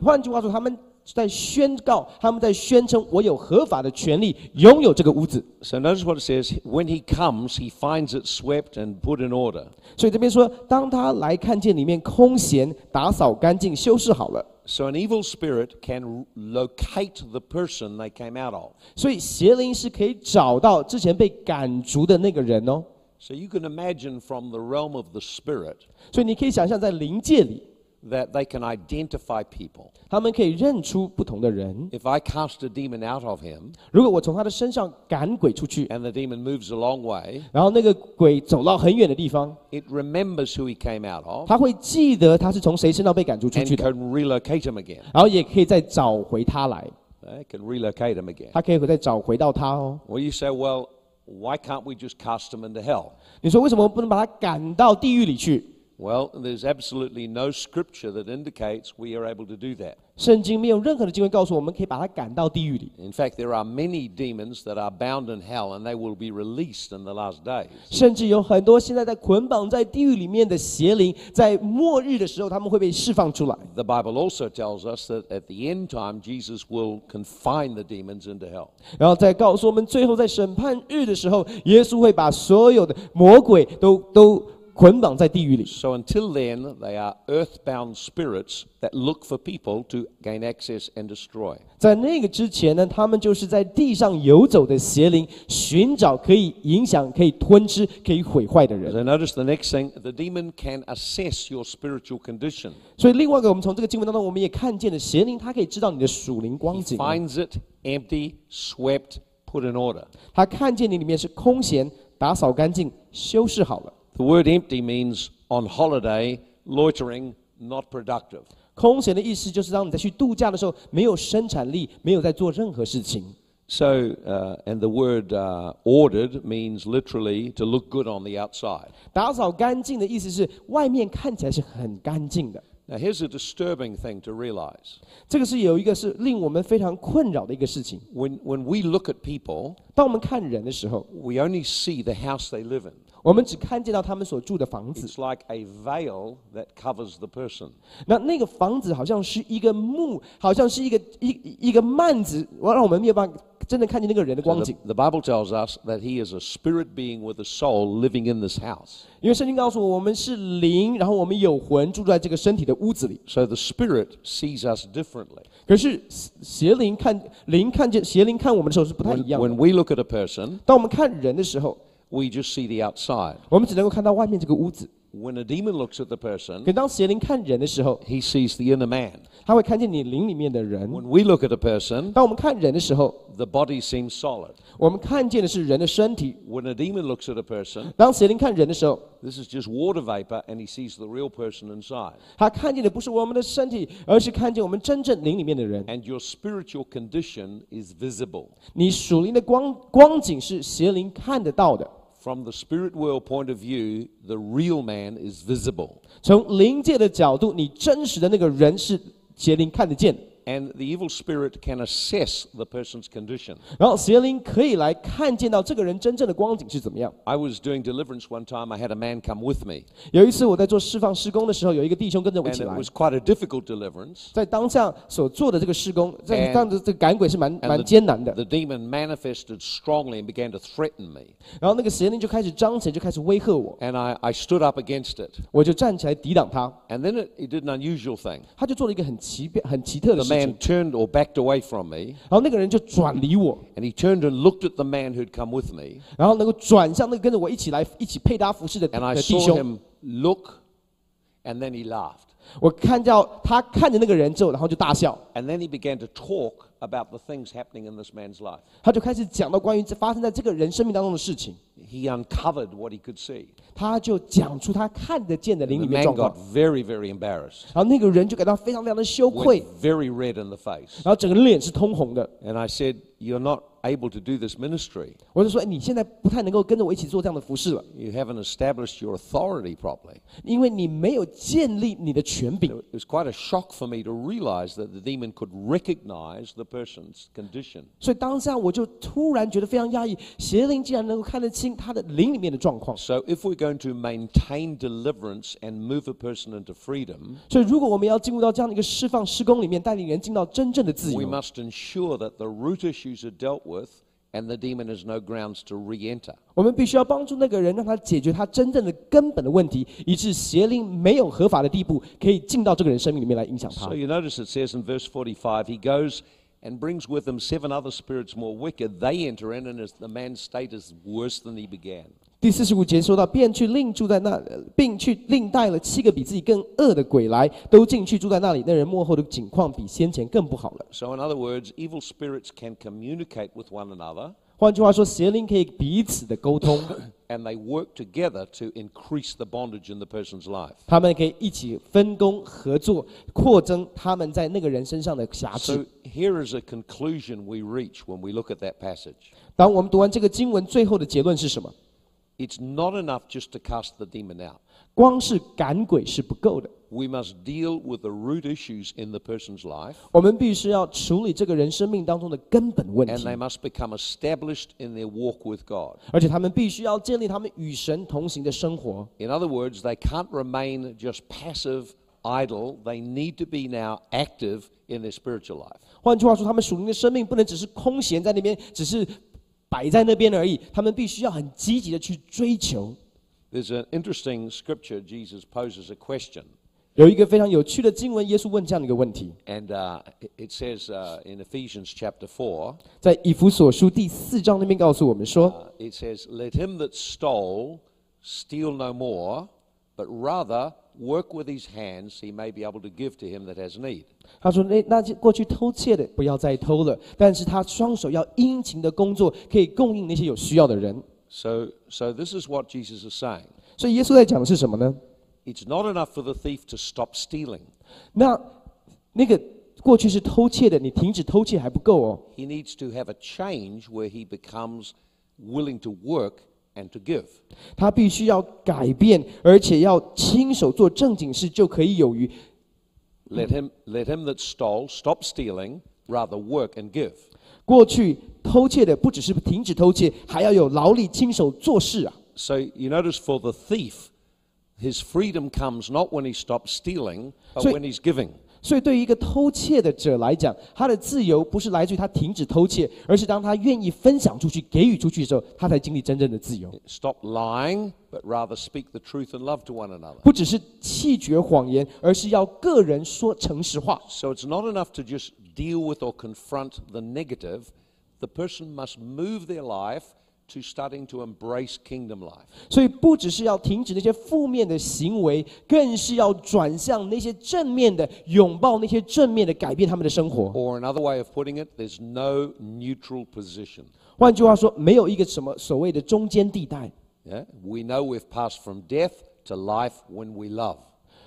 [SPEAKER 3] 换句话说，他们在宣告，他们在宣称我有合法的权利拥有这个屋子。
[SPEAKER 2] So notice what it says when he comes, he finds it swept and put in order.
[SPEAKER 3] 所以这边说，当他来看见里面空闲，打扫干净，修饰好了。
[SPEAKER 2] So an evil spirit can locate the person they came out of.
[SPEAKER 3] 所以邪灵是可以找到之前被赶逐的那个人哦。
[SPEAKER 2] So you can imagine from the realm of the spirit
[SPEAKER 3] 所以你可以想象，在灵界里，
[SPEAKER 2] that they can identify people.
[SPEAKER 3] 他们可以认出不同的人。
[SPEAKER 2] If I cast a demon out of him
[SPEAKER 3] 如果我从他的身上赶鬼出去，
[SPEAKER 2] and the demon moves a long way,
[SPEAKER 3] 然后那个鬼走到很远的地方，
[SPEAKER 2] it remembers who he came out of
[SPEAKER 3] 他会记得他是从谁身上被赶逐出去
[SPEAKER 2] and
[SPEAKER 3] 的，
[SPEAKER 2] can relocate him again.
[SPEAKER 3] 然后也可以再找回他来，
[SPEAKER 2] They can relocate him again.
[SPEAKER 3] 他可以再找回到他哦。
[SPEAKER 2] Well, you say, well, why can't we just cast him into hell?
[SPEAKER 3] 你说为什么不能把他赶到地狱里去？
[SPEAKER 2] Well, there's absolutely no scripture that indicates we are able to do that.
[SPEAKER 3] 圣经没有任何的经文告诉我们可以把他赶到地狱里。
[SPEAKER 2] In fact, there are many demons that are bound in hell and they will be released in the last days.
[SPEAKER 3] 甚至有很多现在在捆绑在地狱里面的邪灵，在末日的时候，他们会被释放出来。
[SPEAKER 2] The Bible also tells us that at the end time, Jesus will confine the demons into hell.
[SPEAKER 3] 然后再告诉我们，最后在审判日的时候，耶稣会把所有的魔鬼都都捆绑在地狱里。
[SPEAKER 2] So until then, they are earthbound spirits that look for people to gain access and destroy.
[SPEAKER 3] 在那个之前呢，他们就是在地上游走的邪灵，寻找可以影响、可以吞吃、可以毁坏的
[SPEAKER 2] So
[SPEAKER 3] 人。
[SPEAKER 2] notice the next thing the demon can assess your spiritual condition.
[SPEAKER 3] 所以，另外一个，我们从这个经文当中，我们也看见了邪灵，它可以知道你的属灵光
[SPEAKER 2] He
[SPEAKER 3] 景，啊
[SPEAKER 2] finds it empty, swept, put in order.
[SPEAKER 3] 它看见你里面是空闲，打扫干净，修饰好了。
[SPEAKER 2] The word empty means on holiday, loitering, not productive.
[SPEAKER 3] 空闲的意思就是，当你在去度假的时候，没有生产力，没有在做任何事情。
[SPEAKER 2] So, uh, and the word uh, ordered means literally to look good on the outside.
[SPEAKER 3] 打扫干净的意思是，外面看起来是很干净的。
[SPEAKER 2] Now, here's a disturbing thing to realize.
[SPEAKER 3] 这个是有一个是令我们非常困扰的一个事情。
[SPEAKER 2] When, when we look at people,
[SPEAKER 3] 当我们看人的时候，
[SPEAKER 2] we only see the house they live in.
[SPEAKER 3] 我们只看见到他们所住的房子，
[SPEAKER 2] It's like a veil that covers the person.
[SPEAKER 3] 那那个房子好像是一个幕，好像是一个一一个幔子，我让我们没有办法真的看见那个人的
[SPEAKER 2] So
[SPEAKER 3] 光
[SPEAKER 2] the,
[SPEAKER 3] 景。
[SPEAKER 2] the Bible tells us that he is a spirit being with a soul living in this house.
[SPEAKER 3] 因为圣经告诉我，我们是灵，然后我们有魂住在这个身体的屋子里。
[SPEAKER 2] So the spirit sees us differently.
[SPEAKER 3] 可是邪邪灵看灵看见邪灵看我们的时候是不太
[SPEAKER 2] When,
[SPEAKER 3] 一样的。
[SPEAKER 2] when we look at a person,
[SPEAKER 3] 当我们看人的时候，
[SPEAKER 2] we just see the outside.
[SPEAKER 3] 我们只能够看到外面这个屋子；
[SPEAKER 2] When a demon looks at the
[SPEAKER 3] 可
[SPEAKER 2] person,
[SPEAKER 3] 当邪灵看人的时候，
[SPEAKER 2] he sees the inner man.
[SPEAKER 3] 他会看见你灵里面的人。
[SPEAKER 2] When we look at a person,
[SPEAKER 3] 当我们看人的时候，
[SPEAKER 2] the body seems solid.
[SPEAKER 3] 我们看见的是人的身体；
[SPEAKER 2] When a demon looks at a person,
[SPEAKER 3] 当邪灵看人的时候，
[SPEAKER 2] this is just water vapor and he sees the real person inside.
[SPEAKER 3] 他看见的不是我们的身体，而是看见我们真正灵里面的人。
[SPEAKER 2] And your spiritual condition is visible.
[SPEAKER 3] 你属灵的光光景是邪灵看得到的，
[SPEAKER 2] From the spirit world point of view, the real man is visible.
[SPEAKER 3] 从灵界的角度，你真实的那个人是邪灵看得见的。
[SPEAKER 2] And the evil spirit can assess the person's condition.
[SPEAKER 3] 然后邪灵可以来看见到这个人真正的光景是怎么样。
[SPEAKER 2] I was doing deliverance one time, I had a man come with me.
[SPEAKER 3] 有一次我在做释放施工的时候，有一个弟兄跟着我一
[SPEAKER 2] And
[SPEAKER 3] 起
[SPEAKER 2] it
[SPEAKER 3] 来，
[SPEAKER 2] was quite a difficult deliverance.
[SPEAKER 3] 在当下所做的这个施工，在
[SPEAKER 2] And-
[SPEAKER 3] 当着这个赶鬼是蛮
[SPEAKER 2] And
[SPEAKER 3] 蛮
[SPEAKER 2] the-
[SPEAKER 3] 艰难的。
[SPEAKER 2] The demon manifested strongly and began to threaten me.
[SPEAKER 3] 然后那个邪灵就开始彰显，就开始威吓我，
[SPEAKER 2] And I, I stood up against it.
[SPEAKER 3] 我就站起来抵挡他。
[SPEAKER 2] And then it, it did an unusual thing.
[SPEAKER 3] 他就做了一个很奇变、很奇特
[SPEAKER 2] The
[SPEAKER 3] 的事情
[SPEAKER 2] man，turned or backed away from me,
[SPEAKER 3] 然后那个人就转离我，
[SPEAKER 2] and he turned and looked at the man who'd come with me.
[SPEAKER 3] 然后能够转向那个跟着我一起来、一起配搭服饰的
[SPEAKER 2] And I
[SPEAKER 3] 的弟
[SPEAKER 2] saw
[SPEAKER 3] 兄。
[SPEAKER 2] him look, and then he laughed.
[SPEAKER 3] 我看到他看着那个人之后，然后就大笑，
[SPEAKER 2] And then he began to talk about the things happening in this man's life.
[SPEAKER 3] 他就开始讲到关于这发生在这个人生命当中的事情，
[SPEAKER 2] He uncovered what he could see.
[SPEAKER 3] 他就讲出他看得见的灵
[SPEAKER 2] And
[SPEAKER 3] 里
[SPEAKER 2] the
[SPEAKER 3] 面
[SPEAKER 2] man
[SPEAKER 3] 状况
[SPEAKER 2] got，very, very embarrassed,
[SPEAKER 3] 然后那个人就感到非常非常的羞愧
[SPEAKER 2] went，very red in the face.
[SPEAKER 3] 然后整个脸是通红的。
[SPEAKER 2] And I said, You're not able to do this ministry.
[SPEAKER 3] 我就说，哎你现在不太能够跟着我一起做这样的服饰了，
[SPEAKER 2] You haven't established your authority properly.
[SPEAKER 3] 因为你没有建立你的权柄。
[SPEAKER 2] It was quite a shock for me to realize that the demon could recognize the person's condition.
[SPEAKER 3] 所以当下我就突然觉得非常压抑，邪灵竟然能够看得清他的灵里面的状况。
[SPEAKER 2] So, if we're going to maintain deliverance and move a person into freedom,
[SPEAKER 3] 所以如果我们要进入到这样的一个释放施工里面，带领人进到真正的自
[SPEAKER 2] we
[SPEAKER 3] 由，
[SPEAKER 2] must ensure that the root issues are dealt with and the demon has no grounds to re enter.
[SPEAKER 3] 我们必须要帮助那个人，让他解决他真正的根本的问题，以致邪灵没有合法的地步，可以进到这个人生命里面来影响他
[SPEAKER 2] So,。you notice it says in verse 45 he goes and brings with him seven other spirits more wicked. They enter in, and as the man's state is worse than he began.
[SPEAKER 3] 第四十五节说到，便去另住在那，呃并去另带了七个比自己更恶的鬼来，都进去住在那里。那人幕后的景况比先前更不好了。
[SPEAKER 2] So, in other words, evil spirits can communicate with one another
[SPEAKER 3] 换句话说，邪灵可以彼此的沟通，
[SPEAKER 2] and they work together to increase the bondage in the person's life.
[SPEAKER 3] 他们可以一起分工合作，扩增他们在那个人身上的辖制
[SPEAKER 2] So,。here is a conclusion we reach when we look at that passage.
[SPEAKER 3] 当我们读完这个经文，最后的结论是什么？
[SPEAKER 2] It's not enough just to cast the demon out.
[SPEAKER 3] 光是赶鬼是不够的，
[SPEAKER 2] We must deal with the root issues in the person's life,
[SPEAKER 3] 我们必须要处理这个人生命当中的根本问
[SPEAKER 2] and
[SPEAKER 3] 题
[SPEAKER 2] they，must become established in their walk with God.
[SPEAKER 3] 而且他们必须要建立他们与神同行的生活。
[SPEAKER 2] In other words, they can't remain just passive, idle. They need to be now active in their spiritual life.
[SPEAKER 3] 换句话说，他们属灵的生命不能只是空闲在那边，只是摆在那边而已，他们必须要很积极的去追求。
[SPEAKER 2] There's an interesting scripture. Jesus poses a question,
[SPEAKER 3] 有一个非常有趣的经文，耶稣问这样的一个问题，
[SPEAKER 2] and uh, it- it says uh, in Ephesians chapter 4,
[SPEAKER 3] 在以弗所书第四章那边告诉我们说。
[SPEAKER 2] uh, it says, Let him that stole steal no more, but rather work with his hands, he may be able to give to him that has need.
[SPEAKER 3] 他说：“那那些过去偷窃的不要再偷了，但是他双手要殷勤的工作，可以供应那些有需要的人。
[SPEAKER 2] So, so this is what Jesus is saying.
[SPEAKER 3] 所以耶稣在讲的是什么呢？
[SPEAKER 2] It's not enough for the thief to stop stealing.
[SPEAKER 3] 那那个过去是偷窃的，你停止偷窃还不够哦，
[SPEAKER 2] He needs to have a change where he becomes willing to work and to give.
[SPEAKER 3] 他必须要改变，而且要亲手做正经事就可以有余。
[SPEAKER 2] Let him, let him that stole stop stealing, rather work and give.
[SPEAKER 3] 过去偷窃的不只是停止偷窃，还要有劳力亲手做事啊。
[SPEAKER 2] So you notice for the thief, his freedom comes not when he stops stealing, but
[SPEAKER 3] So-
[SPEAKER 2] when he's giving.
[SPEAKER 3] 所以，对于一个偷窃的者来讲，他的自由不是来自于他停止偷窃，而是当他愿意分享出去、给予出去的时候，他才经历真正的自由。
[SPEAKER 2] Stop lying, but rather speak the truth and love to one another.
[SPEAKER 3] 不只是弃绝谎言，而是要个人说诚实话。
[SPEAKER 2] So it's not enough to just deal with or confront the negative. The person must move their life to starting to embrace kingdom life.
[SPEAKER 3] 所以，不只是要停止那些负面的行为，更是要转向那些正面的，拥抱那些正面的，改变他们的生活。
[SPEAKER 2] Or another way of putting it, there's no neutral position.
[SPEAKER 3] 换句话说，没有一个什么所谓的中间地带。
[SPEAKER 2] Yeah? We know we've passed from death to life when we love.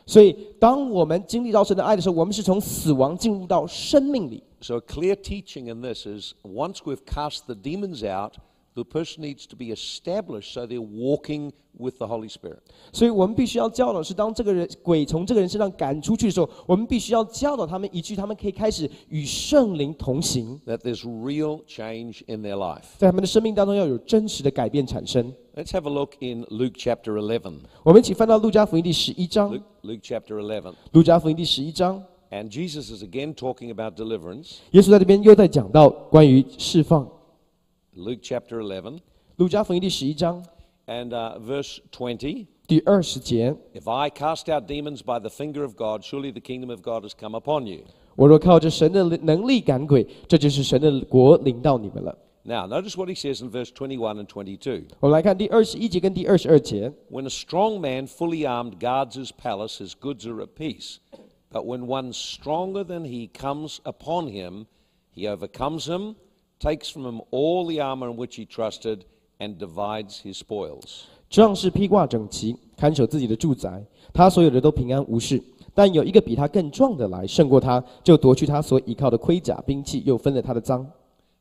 [SPEAKER 3] 所以，当我们经历到神的爱的时候，我们是从死亡进入到生命里。
[SPEAKER 2] So, a clear teaching in this is once we've cast the demons out, the person needs to be established so they're walking with the Holy Spirit.
[SPEAKER 3] 所以我们必须要教导是，当这个人鬼从这个人身上赶出去的时候，我们必须要教导他们一句，他们可以开始与圣灵同行，
[SPEAKER 2] that there's real change in their life.
[SPEAKER 3] 在他们的生命当中要有真实的改变产生。
[SPEAKER 2] Let's have a look in Luke chapter 11.
[SPEAKER 3] 我们一起翻到路加福音第十一章
[SPEAKER 2] Luke,，Luke chapter 11.
[SPEAKER 3] 路加福音第十一章，
[SPEAKER 2] And Jesus is again talking about deliverance.
[SPEAKER 3] 耶稣在这边又在讲到关于释放。
[SPEAKER 2] Luke chapter 11
[SPEAKER 3] 路加福音第十一章
[SPEAKER 2] and uh, verse 20.
[SPEAKER 3] 第二十节，
[SPEAKER 2] If I cast out demons by the finger of God, surely the kingdom of God has come upon you.
[SPEAKER 3] 我若靠着神的能力赶鬼，这就是神的国临到你们了。
[SPEAKER 2] Now, notice what he says in verse 21 and 22.
[SPEAKER 3] 我们来看第二十一节跟第二十二节。
[SPEAKER 2] When a strong man, fully armed, guards his palace, his goods are at peace. But when one stronger than he comes upon him, he overcomes him, takes from him all the armor in which he trusted, and divides his spoils.
[SPEAKER 3] 壮士披挂整齐，看守自己的住宅，他所有的都平安无事。但有一个比他更壮的来，胜过他，就夺去他所倚靠的盔甲、兵器，又分了他的赃。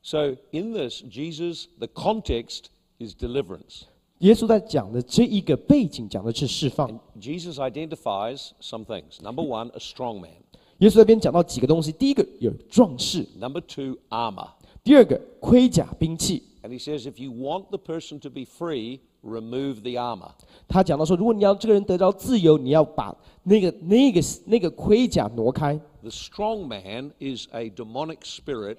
[SPEAKER 2] So, in this, Jesus, the context is deliverance.
[SPEAKER 3] 耶稣在讲的这一个背景，讲的是释放。
[SPEAKER 2] Jesus identifies some things. Number one, a strong man.
[SPEAKER 3] 耶稣这边讲到几个东西，第一个有壮士，
[SPEAKER 2] Number two, armor.
[SPEAKER 3] 第二个盔甲兵器。
[SPEAKER 2] And he says, if you want the person to be free, remove the armor.
[SPEAKER 3] 他讲到说，如果你要这个人得到自由，你要把那个那个那个盔甲挪开。
[SPEAKER 2] The strong man is a demonic spirit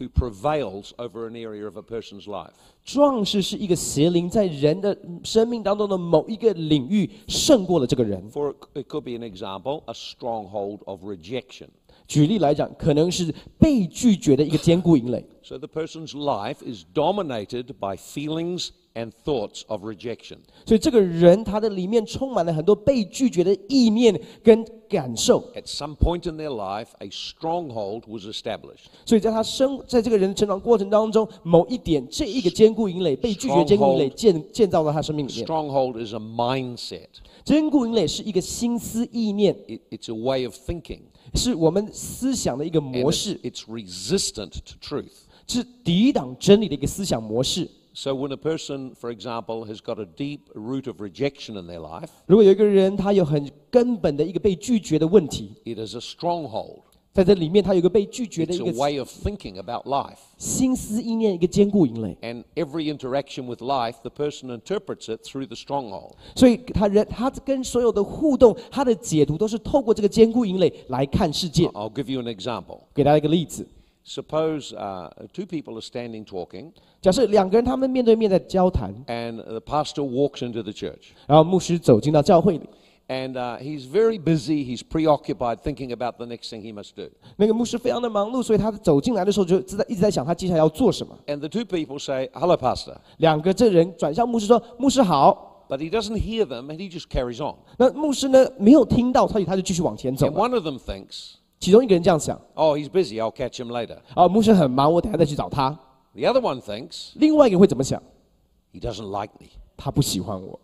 [SPEAKER 2] who prevails over an area of a person's life.
[SPEAKER 3] 壮士是一个邪灵在人的生命当中的某一个领域胜过了这个人。
[SPEAKER 2] For it, it could be an example, a stronghold of rejection.
[SPEAKER 3] 举例来讲，可能是被拒绝的一个坚固营垒。
[SPEAKER 2] So the person's life is dominated by feelings and thoughts of rejection.
[SPEAKER 3] 所以这个人他的里面充满了很多被拒绝的意念跟感受，
[SPEAKER 2] At some point in their life, a stronghold was established.
[SPEAKER 3] 所以在他生在这个人成长过程当中，某一点这一个坚固营垒被拒绝坚固营垒
[SPEAKER 2] Stronghold
[SPEAKER 3] 建建造到他生命里面。
[SPEAKER 2] Stronghold is a mindset,
[SPEAKER 3] 坚固营垒是一个心思意念，
[SPEAKER 2] it, it's a way of thinking.
[SPEAKER 3] 是我们思想的一个
[SPEAKER 2] and
[SPEAKER 3] 模
[SPEAKER 2] it's,
[SPEAKER 3] 式，
[SPEAKER 2] it's resistant to truth.
[SPEAKER 3] 是抵挡真理的一个思想模式。
[SPEAKER 2] So when a person, for example, has got a deep root of rejection in their life,
[SPEAKER 3] 如果有一个人他有很根本的一个被拒绝的问题，
[SPEAKER 2] it is a stronghold.
[SPEAKER 3] 在这里面他有一个被拒绝的
[SPEAKER 2] It's
[SPEAKER 3] 一
[SPEAKER 2] a
[SPEAKER 3] 个
[SPEAKER 2] way of thinking about life.
[SPEAKER 3] 心思意念一个坚固营垒，
[SPEAKER 2] And every interaction with life, the person interprets it through the stronghold.
[SPEAKER 3] 所以他人他跟所有的互动，他的解读都是透过这个坚固营垒来看世界。
[SPEAKER 2] I'll give you an example.
[SPEAKER 3] 给大家一个例子，
[SPEAKER 2] Suppose uh, two people are standing talking,
[SPEAKER 3] 假设两个人他们面对面在交谈，
[SPEAKER 2] and the pastor walks into the church.
[SPEAKER 3] 然后牧师走进到教会里，
[SPEAKER 2] And uh, he's very busy, he's preoccupied thinking about the next thing he must do.
[SPEAKER 3] 那个牧师非常的忙碌，所以他走进来的时候就知道一直在想他接下来要做什么。
[SPEAKER 2] And the two people say, Hello, Pastor.
[SPEAKER 3] 两个这人转向牧师说：“牧师好。
[SPEAKER 2] But he doesn't hear them, and he just carries on. ”
[SPEAKER 3] 那牧师呢没有听到，所以他就继续往前走
[SPEAKER 2] And。one of them thinks,
[SPEAKER 3] 其中一个人这样想：
[SPEAKER 2] Oh, he's busy, I'll catch him later.
[SPEAKER 3] 啊，牧师很忙，我等下再去找他。
[SPEAKER 2] The other one thinks,
[SPEAKER 3] 另外一个人会怎么想？
[SPEAKER 2] He doesn't like me.
[SPEAKER 3] 他不喜欢我，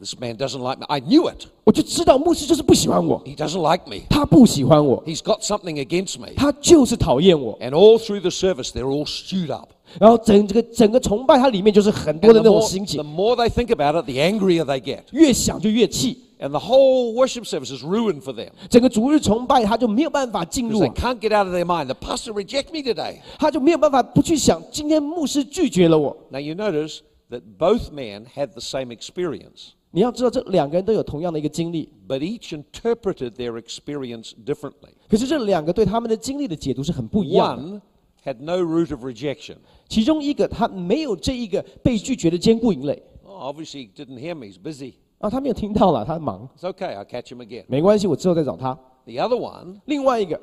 [SPEAKER 2] This man doesn't like me. I knew it.
[SPEAKER 3] 我就知道牧师就是不喜欢我，
[SPEAKER 2] He doesn't like me.
[SPEAKER 3] 他不喜欢我，
[SPEAKER 2] He's got something against me.
[SPEAKER 3] 他就是讨厌我。
[SPEAKER 2] And all through the service, they're all stewed up.
[SPEAKER 3] 然后整这个整个崇拜，它里面就是很多
[SPEAKER 2] And
[SPEAKER 3] 的
[SPEAKER 2] the
[SPEAKER 3] 那种
[SPEAKER 2] more,
[SPEAKER 3] 心
[SPEAKER 2] the
[SPEAKER 3] 情，
[SPEAKER 2] more they think about it, the angrier they get.
[SPEAKER 3] 越想就越气。
[SPEAKER 2] And the whole worship service is ruined for them.
[SPEAKER 3] 整个逐日崇拜，他就没有办法进
[SPEAKER 2] Because
[SPEAKER 3] 入
[SPEAKER 2] they
[SPEAKER 3] 啊，
[SPEAKER 2] can't get out of their mind. The pastor rejected me today.
[SPEAKER 3] 他就没有办法不去想，今天牧师拒绝了我。
[SPEAKER 2] Now, you notice that both men had the same experience,
[SPEAKER 3] 你要知道，这两个人都有同样的一个经历，
[SPEAKER 2] but each interpreted their experience differently.
[SPEAKER 3] 可是这两个对他们的经历的解读是很不一样的。
[SPEAKER 2] One had no root of rejection.
[SPEAKER 3] 其中一个他没有这一个被拒绝的坚固营垒
[SPEAKER 2] Oh, obviously, he didn't hear me. He's busy.
[SPEAKER 3] 啊，他没有听到了，他忙，
[SPEAKER 2] It's okay. I'll catch him again.
[SPEAKER 3] 没关系，我之后再找他。
[SPEAKER 2] The other one,
[SPEAKER 3] 另外一个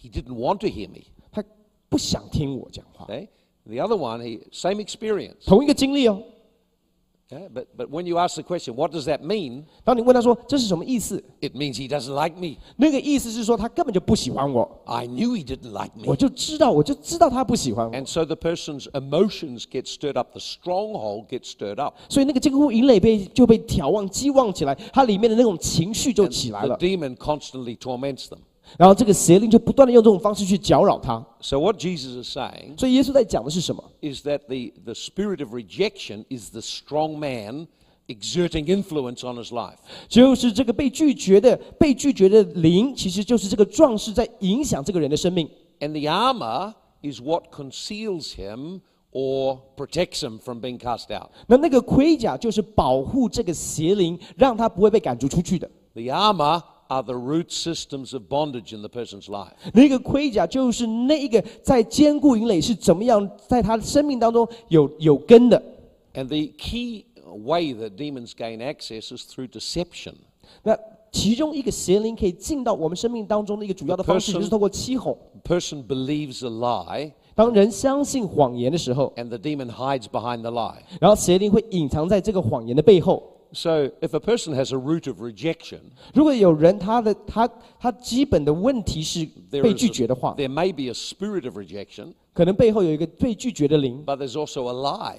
[SPEAKER 2] he didn't want to hear me.
[SPEAKER 3] 他不想听我讲话，
[SPEAKER 2] Okay? The other one, he, same experience.
[SPEAKER 3] 同一个经历哦。
[SPEAKER 2] Okay? But, but when you ask the question, what does that mean?
[SPEAKER 3] 当你问他说这是什么意思，
[SPEAKER 2] It means he doesn't like me.
[SPEAKER 3] 那个意思是说他根本就不喜欢我。
[SPEAKER 2] I knew he didn't like me.
[SPEAKER 3] 我就知道，我就知道他不喜欢我，
[SPEAKER 2] And so the person's emotions get stirred up, the stronghold gets stirred up.
[SPEAKER 3] 所以那个监护营垒被就被眺望、激望起来，它里面的那种情绪就起来
[SPEAKER 2] The
[SPEAKER 3] 了，
[SPEAKER 2] demon constantly torments them.
[SPEAKER 3] 然后这个邪灵就不断的用这种方式去搅扰他。
[SPEAKER 2] So what Jesus is saying
[SPEAKER 3] 所以耶稣在讲的是什么？
[SPEAKER 2] is that the, the spirit of rejection is the strong man exerting influence on his life.
[SPEAKER 3] 就是这个被拒绝的、被拒绝的灵，其实就是这个壮士在影响这个人的生命。
[SPEAKER 2] And the armor is what conceals him or protects him from being cast out.
[SPEAKER 3] 那那个盔甲就是保护这个邪灵，让他不会被赶逐出去的。
[SPEAKER 2] The armor are the root systems of bondage in the person's life.
[SPEAKER 3] 那个盔甲就是那一个在坚固营垒是怎么样在他的生命当中有有根的。
[SPEAKER 2] And the key way that demons gain access is through deception.
[SPEAKER 3] 那其中一个邪灵可以进到我们生命当中的一个主要的方式，
[SPEAKER 2] The person-
[SPEAKER 3] 就是透过欺哄。
[SPEAKER 2] The person believes a lie,
[SPEAKER 3] 当人相信谎言的时候，
[SPEAKER 2] and the demon hides behind the lie.
[SPEAKER 3] 然后邪灵会隐藏在这个谎言的背后。
[SPEAKER 2] So, if a person has a root of rejection,
[SPEAKER 3] 如果有人他的他他基本的问题是
[SPEAKER 2] there,
[SPEAKER 3] 被
[SPEAKER 2] is
[SPEAKER 3] 拒
[SPEAKER 2] a-
[SPEAKER 3] 绝的话，
[SPEAKER 2] there may be a spirit of rejection,
[SPEAKER 3] 可能背后有一个被拒绝的灵，
[SPEAKER 2] but there's also a lie,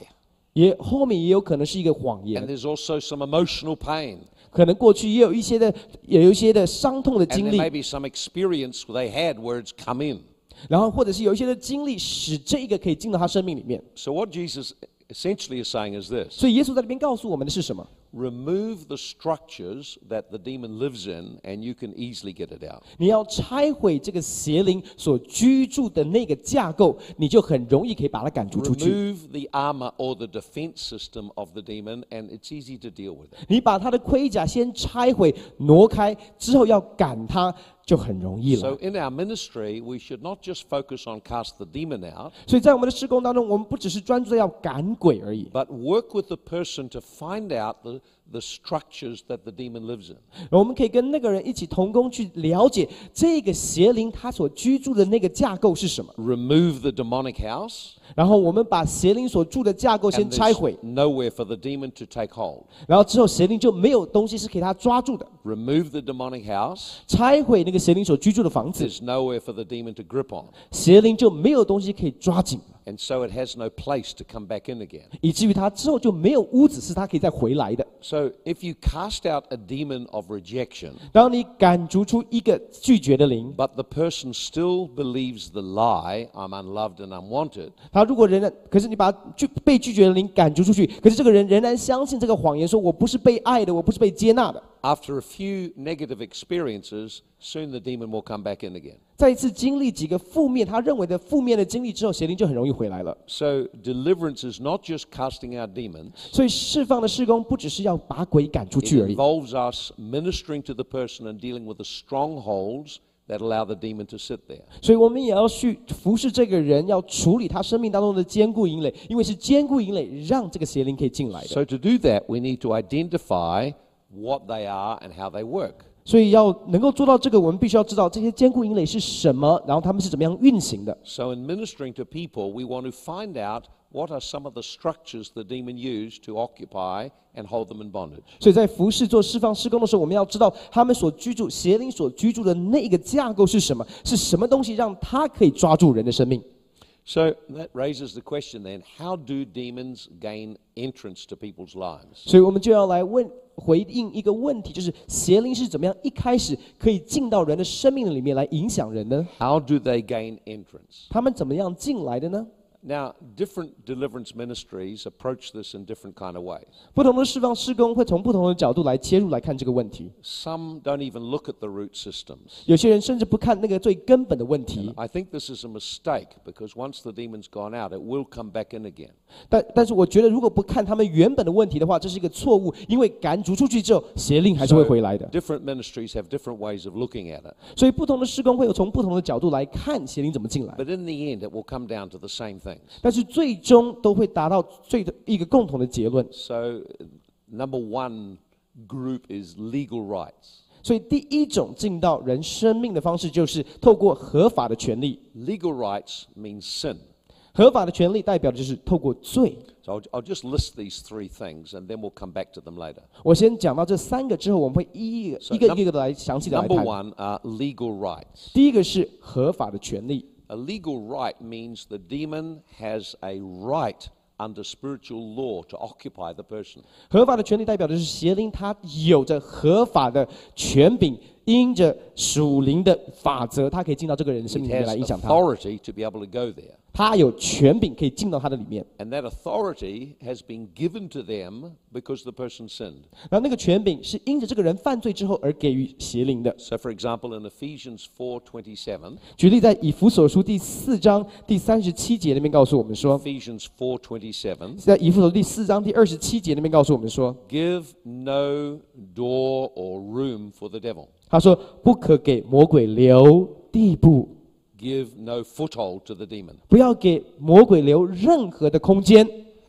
[SPEAKER 3] 也后面也有可能是一个谎
[SPEAKER 2] and
[SPEAKER 3] 言，
[SPEAKER 2] there's also some emotional pain,
[SPEAKER 3] 可能过去也有一些的也有一些的伤痛的
[SPEAKER 2] and
[SPEAKER 3] 经
[SPEAKER 2] there may
[SPEAKER 3] 历，
[SPEAKER 2] be some experience they had where it's come in.
[SPEAKER 3] 然后或者是有一些的经历，使这一个可以进到他生命里面。
[SPEAKER 2] So, what Jesus essentially is saying is this
[SPEAKER 3] 所以耶稣在这边告诉我们的是什么？
[SPEAKER 2] remove the structures that the demon lives in, and you can easily get it out.
[SPEAKER 3] 你要拆毁这个邪灵所居住的那个架构，你就很容易可以把它赶逐出去。
[SPEAKER 2] Remove the armor or the defense system of the demon, and it's easy to deal with it.
[SPEAKER 3] 你把他的盔甲先拆毁、挪开之后，要赶他就很容易
[SPEAKER 2] So,
[SPEAKER 3] 了。
[SPEAKER 2] in our ministry, we should not just focus on cast the demon out,
[SPEAKER 3] 所以在我们的施工当中，我们不只是专注在要赶鬼而已，
[SPEAKER 2] but work with the person to find out the, the structures that the demon lives in.
[SPEAKER 3] 我们可以跟那个人一起同工去了解这个邪灵他所居住的那个架构是什么。
[SPEAKER 2] Remove the demonic house,
[SPEAKER 3] 然后我们把邪灵所住的架构先
[SPEAKER 2] and
[SPEAKER 3] 拆
[SPEAKER 2] there's
[SPEAKER 3] 毁，
[SPEAKER 2] nowhere for the demon to take hold.
[SPEAKER 3] 然后之后邪灵就没有东西是给他抓住的。
[SPEAKER 2] Remove the demonic house,
[SPEAKER 3] 拆毁那个邪灵所居住的房子，
[SPEAKER 2] there's nowhere for the demon to grip on.
[SPEAKER 3] 邪灵就没有东西可以抓紧了，
[SPEAKER 2] And so it has no place to come back in again.
[SPEAKER 3] 以至于他之后就没有屋子是他可以再回来的。
[SPEAKER 2] So if you cast out a demon of rejection,
[SPEAKER 3] 然后你赶逐出一个拒绝的灵，
[SPEAKER 2] but the person still believes the lie, I'm unloved and unwanted,
[SPEAKER 3] 他如果仍然，可是你把拒被拒绝的灵赶逐出去，可是这个人仍然相信这个谎言，说我不是被爱的，我不是被接纳的。
[SPEAKER 2] after a few negative experiences, soon the demon will come back in again.
[SPEAKER 3] 再一次经历几个负面，他认为的负面的经历之后，邪灵就很容易回来了。
[SPEAKER 2] So deliverance is not just casting out demons.
[SPEAKER 3] 所以释放的施工不只是要把鬼赶出
[SPEAKER 2] It
[SPEAKER 3] 去而已，
[SPEAKER 2] involves us ministering to the person and dealing with the strongholds that allow the demon to sit there.
[SPEAKER 3] 所以我们也要去服侍这个人，要处理他生命当中的坚固营垒，因为是坚固营垒让这个邪灵可以进来的。
[SPEAKER 2] So to do that, we need to identify what they are and how they work.
[SPEAKER 3] 所以要能够做到这个，我们必须要知道这些坚固营垒是什么，然后他们是怎么样运行的。
[SPEAKER 2] So, in ministering to people, we want to find out what are some of the structures the demon used to occupy and hold them in bondage.
[SPEAKER 3] 所以在服侍做释放施工的时候，我们要知道他们所居住邪灵所居住的那一个架构是什么，是什么东西让他可以抓住人的生命。
[SPEAKER 2] So, that raises the question then how do demons gain entrance to people's lives?
[SPEAKER 3] 所以我们就要来问回应一个问题，就是邪灵是怎么样一开始可以进到人的生命里面来影响人呢？
[SPEAKER 2] How do they gain entrance?
[SPEAKER 3] 他们怎么样进来的呢？
[SPEAKER 2] Now, different deliverance ministries approach this in different kind of ways.
[SPEAKER 3] 不同的释放施工会从不同的角度来切入来看这个问题。
[SPEAKER 2] Some don't even look at the root systems.
[SPEAKER 3] 有些人甚至不看那个最根本的问题，
[SPEAKER 2] I think this is a mistake because once the demon's gone out, it will come back in again.
[SPEAKER 3] 但但是我觉得如果不看他们原本的问题的话，这是一个错误，因为赶逐出去之后，邪灵还是会
[SPEAKER 2] So,
[SPEAKER 3] 回来的。
[SPEAKER 2] different ministries have different ways of looking at it.
[SPEAKER 3] 所以不同的施工会有从不同的角度来看邪灵怎么进来，
[SPEAKER 2] But in the end, it will come down to the same things.
[SPEAKER 3] 但是最终都会达到最一个共同的结论。
[SPEAKER 2] So, uh, number one group is legal rights.
[SPEAKER 3] 所以第一种进到人生命的方式，就是透过合法的权利。
[SPEAKER 2] Legal rights means sin.
[SPEAKER 3] 合法的权利代表的就是透过罪。
[SPEAKER 2] So, I'll, I'll just list these three things and then we'll come back to them later.
[SPEAKER 3] 我先讲到这三个之后，我们会一一个
[SPEAKER 2] So,
[SPEAKER 3] 一个
[SPEAKER 2] num-
[SPEAKER 3] 一个的来详细的来
[SPEAKER 2] Number
[SPEAKER 3] 谈。
[SPEAKER 2] one are legal rights.
[SPEAKER 3] 第一个是合法的权利。
[SPEAKER 2] A legal right means the demon has a right under spiritual law to occupy the person.
[SPEAKER 3] 合法的权利代表的是邪灵，它有着合法的权柄，因着属灵的法则，它可以进到这个人的生
[SPEAKER 2] It
[SPEAKER 3] 命里面
[SPEAKER 2] has
[SPEAKER 3] 来影响他。
[SPEAKER 2] authority to be able to go there.
[SPEAKER 3] 他有权柄可以进到他的里面，
[SPEAKER 2] And that authority has been given to them because the person sinned.
[SPEAKER 3] 然后那个权柄是因着这个人犯罪之后而给予邪灵的。
[SPEAKER 2] So, for example, in Ephesians 4:27,
[SPEAKER 3] 举例在以弗所书第四章第三十七节那边告诉我们说，
[SPEAKER 2] Ephesians 4:27,
[SPEAKER 3] 在以弗所第四章第二十七节那边告诉我们说，
[SPEAKER 2] give no door or room for the devil.
[SPEAKER 3] 他说不可给魔鬼留地步，
[SPEAKER 2] Give no foothold to the demon.
[SPEAKER 3] 不要给魔鬼留任何的空间。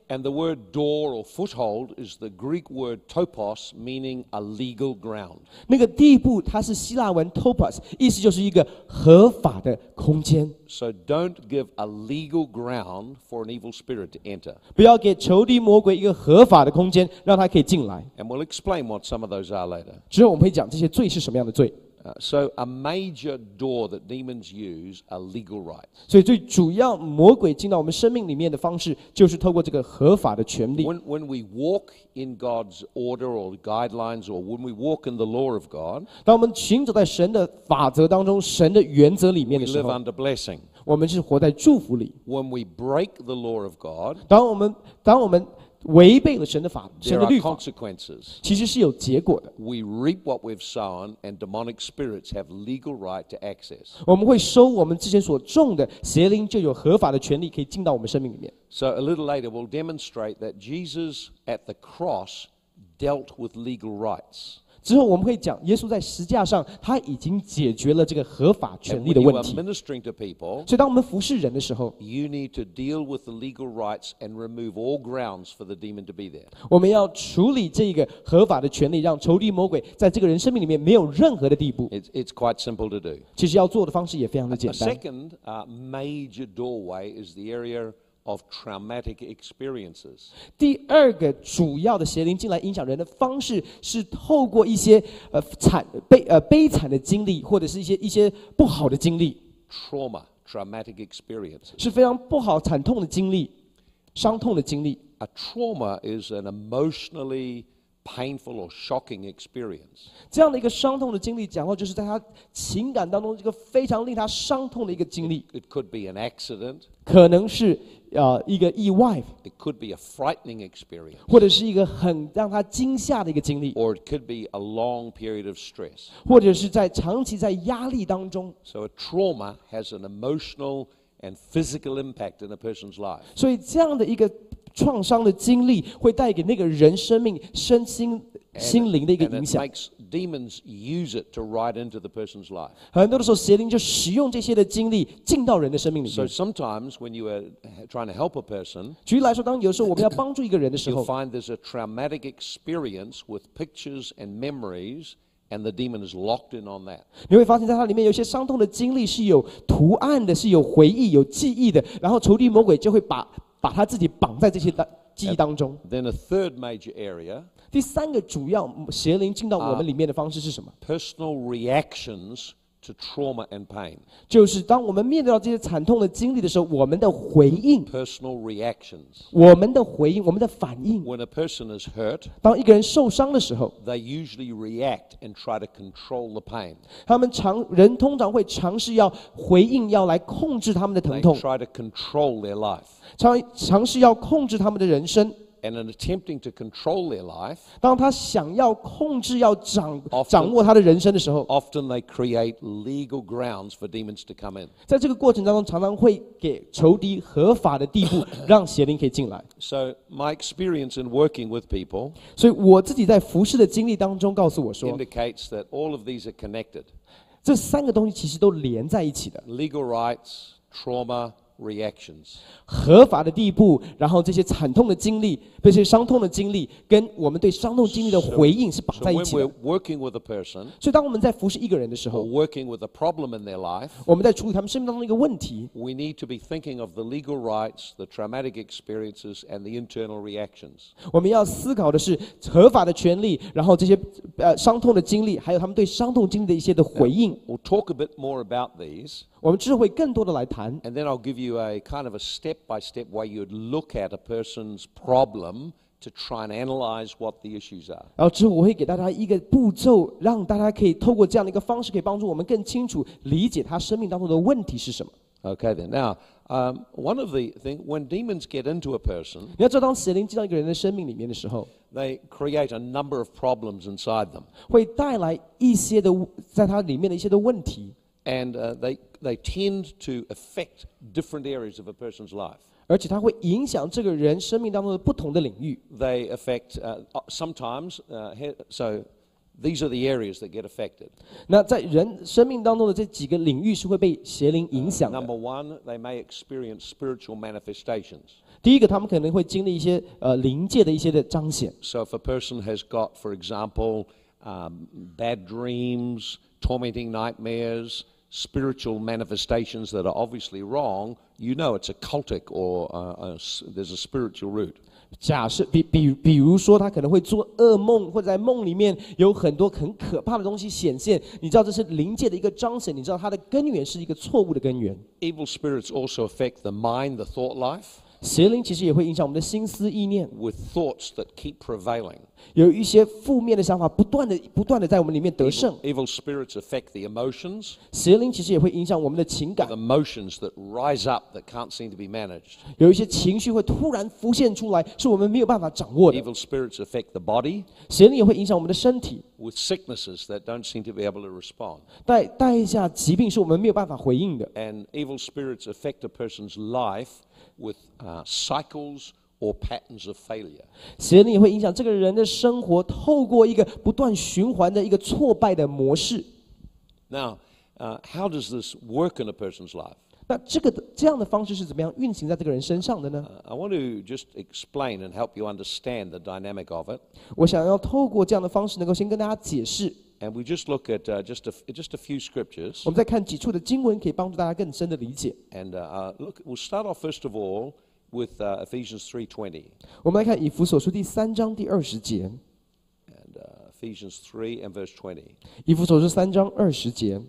[SPEAKER 2] And the word door or foothold is the Greek word topos, meaning a legal ground.
[SPEAKER 3] 那个地步，它是希腊文 topos，意思就是一个合法的空间。
[SPEAKER 2] So don't give a legal ground for an evil spirit to enter.
[SPEAKER 3] 不要给仇敌魔鬼一个合法的空间，让他可以进来。
[SPEAKER 2] And we'll explain what some of those are later.
[SPEAKER 3] 之后我们会讲这些罪是什么样的罪。
[SPEAKER 2] Uh, so a major door that demons use are legal rights.
[SPEAKER 3] 所以最主要魔鬼进到我们生命里面的方式，就是透过这个合法的权利。
[SPEAKER 2] When, when we walk in God's order or guidelines, or when we walk in the law of God,
[SPEAKER 3] 当我们行走在神的法则当中、神的原则里面
[SPEAKER 2] we
[SPEAKER 3] 的时
[SPEAKER 2] live
[SPEAKER 3] 候，uh-huh.
[SPEAKER 2] under blessing.
[SPEAKER 3] 我们是活在祝福里。
[SPEAKER 2] When we break the law of God,
[SPEAKER 3] 当我们当我们违背了神的法、神
[SPEAKER 2] there
[SPEAKER 3] 的
[SPEAKER 2] are
[SPEAKER 3] 律法，
[SPEAKER 2] consequences.
[SPEAKER 3] 其实是有结果的。
[SPEAKER 2] We reap what we've sown, and demonic spirits have legal right to access.
[SPEAKER 3] 我们会收我们之前所种的，邪灵就有合法的权利可以进到我们生命里面。
[SPEAKER 2] So, a little later, we'll demonstrate that Jesus at the cross dealt with legal rights.
[SPEAKER 3] 之后我们会讲，耶稣在十字架上他已经解决了这个合法
[SPEAKER 2] And
[SPEAKER 3] 权利
[SPEAKER 2] when
[SPEAKER 3] 的
[SPEAKER 2] you
[SPEAKER 3] 问
[SPEAKER 2] are
[SPEAKER 3] 题。
[SPEAKER 2] ministering to people,
[SPEAKER 3] 所以，当我们服侍人的时候，
[SPEAKER 2] you need to deal with the legal rights and remove all grounds for the demon to be there.
[SPEAKER 3] 我们要处理这个合法的权利，让仇敌魔鬼在这个人生命里面没有任何的地步。
[SPEAKER 2] It's, it's quite simple to do.
[SPEAKER 3] 其实要做的方式也非常的简
[SPEAKER 2] A
[SPEAKER 3] 单。
[SPEAKER 2] second uh, major doorway is the area of traumatic experiences.
[SPEAKER 3] 第二个主要的邪灵进来影响人的方式，是透过一些呃惨悲呃悲惨的经历，或者是一些一些不好的经历，
[SPEAKER 2] Trauma, traumatic experiences.
[SPEAKER 3] 是非常不好惨痛的经历、伤痛的经历。
[SPEAKER 2] A trauma is an emotionally painful or shocking experience.
[SPEAKER 3] 这样的一个伤痛的经历，讲到就是在他情感当中一个非常令他伤痛的一个经历，
[SPEAKER 2] It could be an accident,
[SPEAKER 3] 可能是呃一个意外，
[SPEAKER 2] it could be a frightening experience,
[SPEAKER 3] 或者是一个很让他惊吓的一个经历，
[SPEAKER 2] or it could be a long period of stress.
[SPEAKER 3] 或者是在长期在压力当中。
[SPEAKER 2] So a trauma has an emotional and physical impact in a person's life.
[SPEAKER 3] 所以这样的一个创伤的经历，会带给那个人生命、身心、心灵的一个
[SPEAKER 2] And
[SPEAKER 3] 影
[SPEAKER 2] it
[SPEAKER 3] 响。
[SPEAKER 2] makes demons use it to ride into the person's life.
[SPEAKER 3] 很多的时候，邪灵就使用这些的经历进到人的生命里
[SPEAKER 2] So
[SPEAKER 3] 面。
[SPEAKER 2] sometimes when you are trying to help a person,
[SPEAKER 3] 举例来说，当有时候我们要帮助一个人的时
[SPEAKER 2] you'll
[SPEAKER 3] 候，
[SPEAKER 2] find there's a traumatic experience with pictures and memories, and the demon is locked in on that.
[SPEAKER 3] 你会发现在它里面有一些伤痛的经历是有图案的，是有回忆、有记忆的。然后仇敌魔鬼就会把把他自己绑在这些当记忆当中。
[SPEAKER 2] Then a third major area
[SPEAKER 3] 第三个主要邪灵进到我们里面的方式是什么？
[SPEAKER 2] personal reactions to trauma and pain.
[SPEAKER 3] 就是当我们面对到这些惨痛的经历的时候，我们的回应、
[SPEAKER 2] Personal reactions.
[SPEAKER 3] 我们的回应、我们的反应。
[SPEAKER 2] When a person is hurt,
[SPEAKER 3] 当一个人受伤的时候，
[SPEAKER 2] they usually react and try to control the pain.
[SPEAKER 3] 他们常人通常会尝试要回应，要来控制他们的疼
[SPEAKER 2] They
[SPEAKER 3] 痛，
[SPEAKER 2] try to control their life.
[SPEAKER 3] 尝尝试要控制他们的人生。
[SPEAKER 2] And in attempting to control their life,
[SPEAKER 3] 当他想要控制、要掌
[SPEAKER 2] Often-
[SPEAKER 3] 掌握他的人生的时候，
[SPEAKER 2] often they create legal grounds for demons to come in.
[SPEAKER 3] 在这个过程当中，常常会给仇敌合法的地
[SPEAKER 2] <laughs>
[SPEAKER 3] 步，让邪灵可以进来。
[SPEAKER 2] So, my experience in working with people
[SPEAKER 3] 所以我自己在服侍的经历当中，告诉我说，
[SPEAKER 2] indicates that all of these are connected
[SPEAKER 3] 这三个东西其实都连在一起的：
[SPEAKER 2] legal rights, trauma, reactions.
[SPEAKER 3] 合法的地步，然后这些惨痛的经历、这些伤痛的经历，跟我们对伤痛经历的回应是绑
[SPEAKER 2] So,
[SPEAKER 3] 在一
[SPEAKER 2] when
[SPEAKER 3] 起
[SPEAKER 2] we're 哦
[SPEAKER 3] 的。
[SPEAKER 2] working with a person
[SPEAKER 3] 所以，当我们在服侍一个人的时
[SPEAKER 2] or
[SPEAKER 3] 候，
[SPEAKER 2] working with a problem in their life,
[SPEAKER 3] 我们在处理他们生命当中的一个问题，
[SPEAKER 2] we need to be thinking of the legal rights, the traumatic experiences, and the internal reactions.
[SPEAKER 3] 我们要思考的是合法的权利，然后这些呃伤痛的经历，还有他们对伤痛经历的一些的回应。
[SPEAKER 2] We'll talk a bit more about these,
[SPEAKER 3] 我们之后会更多的来谈。
[SPEAKER 2] and then I'll give you a kind of a step by step way you'd look at a person's problem to try and analyze what the issues are.
[SPEAKER 3] 然后之后我会给大家一个步骤，让大家可以透过这样的一个方式，可以帮助我们更清楚理解他生命当中的问题是什么。
[SPEAKER 2] Okay, then. Now, um, one of the things, when demons get into a person,
[SPEAKER 3] 你要知道，当邪灵进到一个人的生命里面的时候，
[SPEAKER 2] they create a number of problems inside them.
[SPEAKER 3] 会带来一些的在它里面的一些的问题，
[SPEAKER 2] And uh, they, they tend to affect different areas of a person's life.
[SPEAKER 3] 而且它会影响这个人生命当中的不同的领域。
[SPEAKER 2] They affect, uh, uh, sometimes, uh, he- so these are the areas that get affected.
[SPEAKER 3] 那在人生命当中的这几个领域是会被邪灵影响的。
[SPEAKER 2] Number one, they may experience spiritual manifestations.
[SPEAKER 3] 第一个，他们可能会经历一些呃灵界的一些的彰显。
[SPEAKER 2] So if a person has got, for example, um, bad dreams, tormenting nightmares, spiritual manifestations that are obviously wrong, you know it's occultic or uh, a s there's a spiritual root.
[SPEAKER 3] 假设比比比如说，他可能会做噩梦，或者在梦里面有很多很可怕的东西显现。你知道这是灵界的一个彰显，你知道它的根源是一个错误的根源。
[SPEAKER 2] Evil spirits also affect the mind, the thought life,
[SPEAKER 3] 邪灵其实也会影响我们的心思意念，
[SPEAKER 2] with thoughts that keep prevailing.
[SPEAKER 3] 有一些负面的想法不断的、不断的在我们里面得胜
[SPEAKER 2] Evil,。evil spirits affect the emotions,
[SPEAKER 3] 邪灵其实也会影响我们的情感
[SPEAKER 2] the，emotions that rise up that can't seem to be managed.
[SPEAKER 3] 有一些情绪会突然浮现出来，是我们没有办法掌握的。
[SPEAKER 2] Evil spirits affect the body
[SPEAKER 3] 邪灵也会影响我们的身体，
[SPEAKER 2] with sicknesses that don't seem to be able to respond.
[SPEAKER 3] 带带下疾病是我们没有办法回应的。
[SPEAKER 2] And evil spirits affect a person's life with uh, cycles or patterns of failure.
[SPEAKER 3] 邪灵也会影响这个人的生活，透过一个不断循环的一个挫败的模式。
[SPEAKER 2] Now, uh, how does this work in a person's life?
[SPEAKER 3] 那这个的这样的方式是怎么样运行在这个人身上的呢？
[SPEAKER 2] Uh, I want to just explain and help you understand the dynamic of it.
[SPEAKER 3] 我想要透过这样的方式，能够先跟大家解释。
[SPEAKER 2] And we just look at uh, just, a, f- just a few scriptures.
[SPEAKER 3] 我们再看几处的经文，可以帮助大家更深的理解。
[SPEAKER 2] And uh, uh, look, we'll start off first of all with uh, Ephesians 3:20.
[SPEAKER 3] 我们来看以弗所书第三章第二十节，
[SPEAKER 2] And uh, Ephesians 3 and verse 20.
[SPEAKER 3] 以弗所书三章二十节，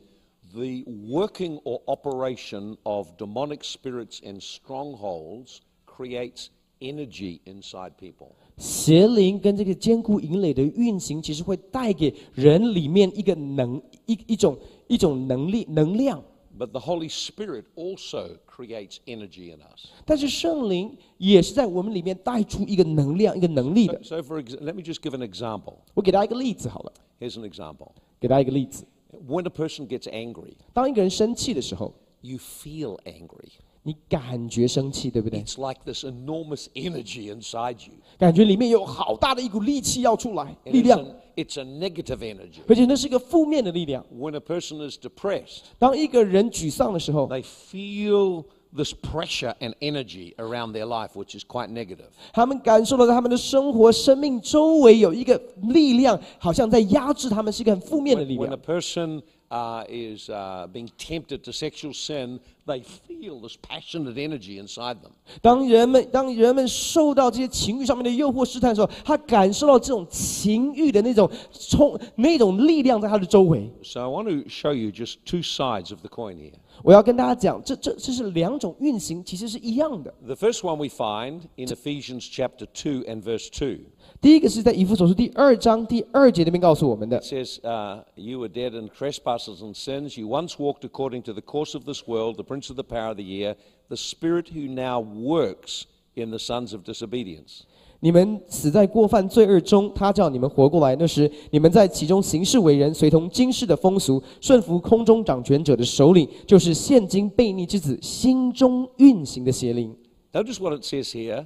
[SPEAKER 2] The working or operation of demonic spirits and strongholds creates energy inside people.
[SPEAKER 3] 邪灵跟这个坚固营垒的运行，其实会带给人里面一个能一一种一种能力能量。
[SPEAKER 2] But the Holy Spirit also creates energy in us.
[SPEAKER 3] 但是圣灵也是在我们里面带出一个能量、一个能力
[SPEAKER 2] So,
[SPEAKER 3] 的。
[SPEAKER 2] so for ex- let me just give an example.
[SPEAKER 3] 我给大家一个例子好了，
[SPEAKER 2] Here's an example.
[SPEAKER 3] 给大家一个例子：
[SPEAKER 2] When a person gets angry,
[SPEAKER 3] 当一个人生气的时候，
[SPEAKER 2] you feel angry.
[SPEAKER 3] 你感觉生气，对不对？
[SPEAKER 2] It's like this enormous energy inside you.
[SPEAKER 3] 感觉里面有好大的一股力气要出来，
[SPEAKER 2] And
[SPEAKER 3] 力
[SPEAKER 2] it's
[SPEAKER 3] 量，
[SPEAKER 2] a- it's a negative energy.
[SPEAKER 3] 而且那是一个负面的力量。
[SPEAKER 2] When a person is depressed,
[SPEAKER 3] 当一个人沮丧的时候，
[SPEAKER 2] they feel this pressure and energy around their life, which is quite negative.
[SPEAKER 3] 他们感受到在他们的生活、生命周围有一个力量，好像在压制他们，是一个很负面的
[SPEAKER 2] When,
[SPEAKER 3] 力
[SPEAKER 2] when a
[SPEAKER 3] 量。
[SPEAKER 2] person uh, is uh, being tempted to sexual sin, they feel this passionate energy inside them.
[SPEAKER 3] 当人们当人们受到这些情欲上面的诱惑试探的时候，他感受到这种情欲的那种冲那种力量在他的周围。
[SPEAKER 2] So I want to show you just two sides of the coin here.
[SPEAKER 3] 我要跟大家讲，这这这是两种运行，其实是一样的。
[SPEAKER 2] The first one we find in Ephesians chapter 2 and verse 2.
[SPEAKER 3] 第一个是在以弗所书第二章第二节那边告诉我们的
[SPEAKER 2] It，says, uh, You were dead in trespasses and sins. You once walked according to the course of this world, the prince of the power of the air, the spirit who now works in the sons of disobedience.
[SPEAKER 3] 你们死在过犯罪恶中，他叫你们活过来。那时你们在其中行事为人，随同今世的风俗，顺服空中掌权者的首领，就是现今悖逆之子心中运行的邪灵。
[SPEAKER 2] Notice what it says here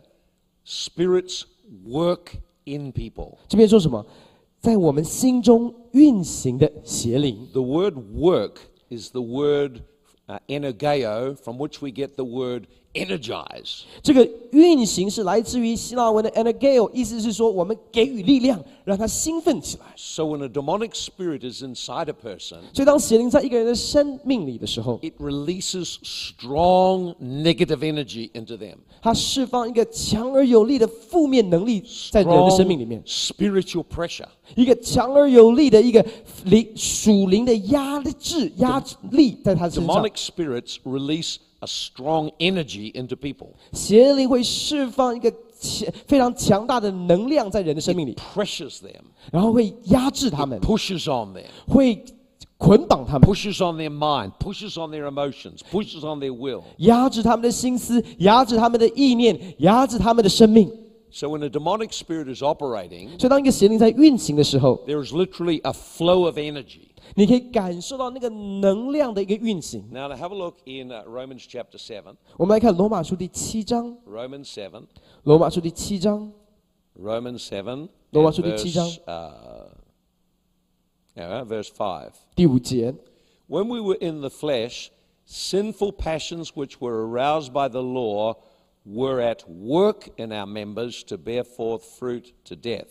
[SPEAKER 2] spirits work in people.
[SPEAKER 3] 这边说什么？在我们心中运行的邪灵，
[SPEAKER 2] The word work is the word uh, energeo, from which we get the word energize.
[SPEAKER 3] 这个运行是来自于希腊文的 energeo，意思是说我们给予力量，让他兴奋起来。
[SPEAKER 2] So when a demonic spirit is inside a person,
[SPEAKER 3] 所以，当邪灵在一个人的生命里的时候，
[SPEAKER 2] it releases strong negative energy into them.
[SPEAKER 3] 它释放一个强而有力的负面能力在人的生命里面
[SPEAKER 2] strong，spiritual pressure.
[SPEAKER 3] 一个强而有力的一个灵属灵的压制压力在他身上
[SPEAKER 2] Demonic。spirits release a strong energy into people,
[SPEAKER 3] 邪灵会释放一个强非常强大的能量在人的生命里，
[SPEAKER 2] pressures them,
[SPEAKER 3] 然后会压制他们，
[SPEAKER 2] pushes on them,
[SPEAKER 3] 会捆绑他们，
[SPEAKER 2] pushes on their mind, pushes on their emotions, pushes on their will.
[SPEAKER 3] 压制他们的心思，压制他们的意念，压制他们的生命。
[SPEAKER 2] So when a demonic spirit is operating,
[SPEAKER 3] 所以，当一个邪灵在运行的时候，
[SPEAKER 2] there is literally a flow of energy.
[SPEAKER 3] 你可以感受到那个能量的一个运行。
[SPEAKER 2] Now, to have a look in uh, Romans chapter 7,
[SPEAKER 3] 我们来看罗马书第七章，
[SPEAKER 2] Romans 7,
[SPEAKER 3] 罗马书第七章，
[SPEAKER 2] Romans 7, and
[SPEAKER 3] Lo vas a decir,
[SPEAKER 2] verse, uh, yeah, verse 5.
[SPEAKER 3] 第五节。
[SPEAKER 2] When we were in the flesh, sinful passions which were aroused by the law were at work in our members to bear forth fruit to death.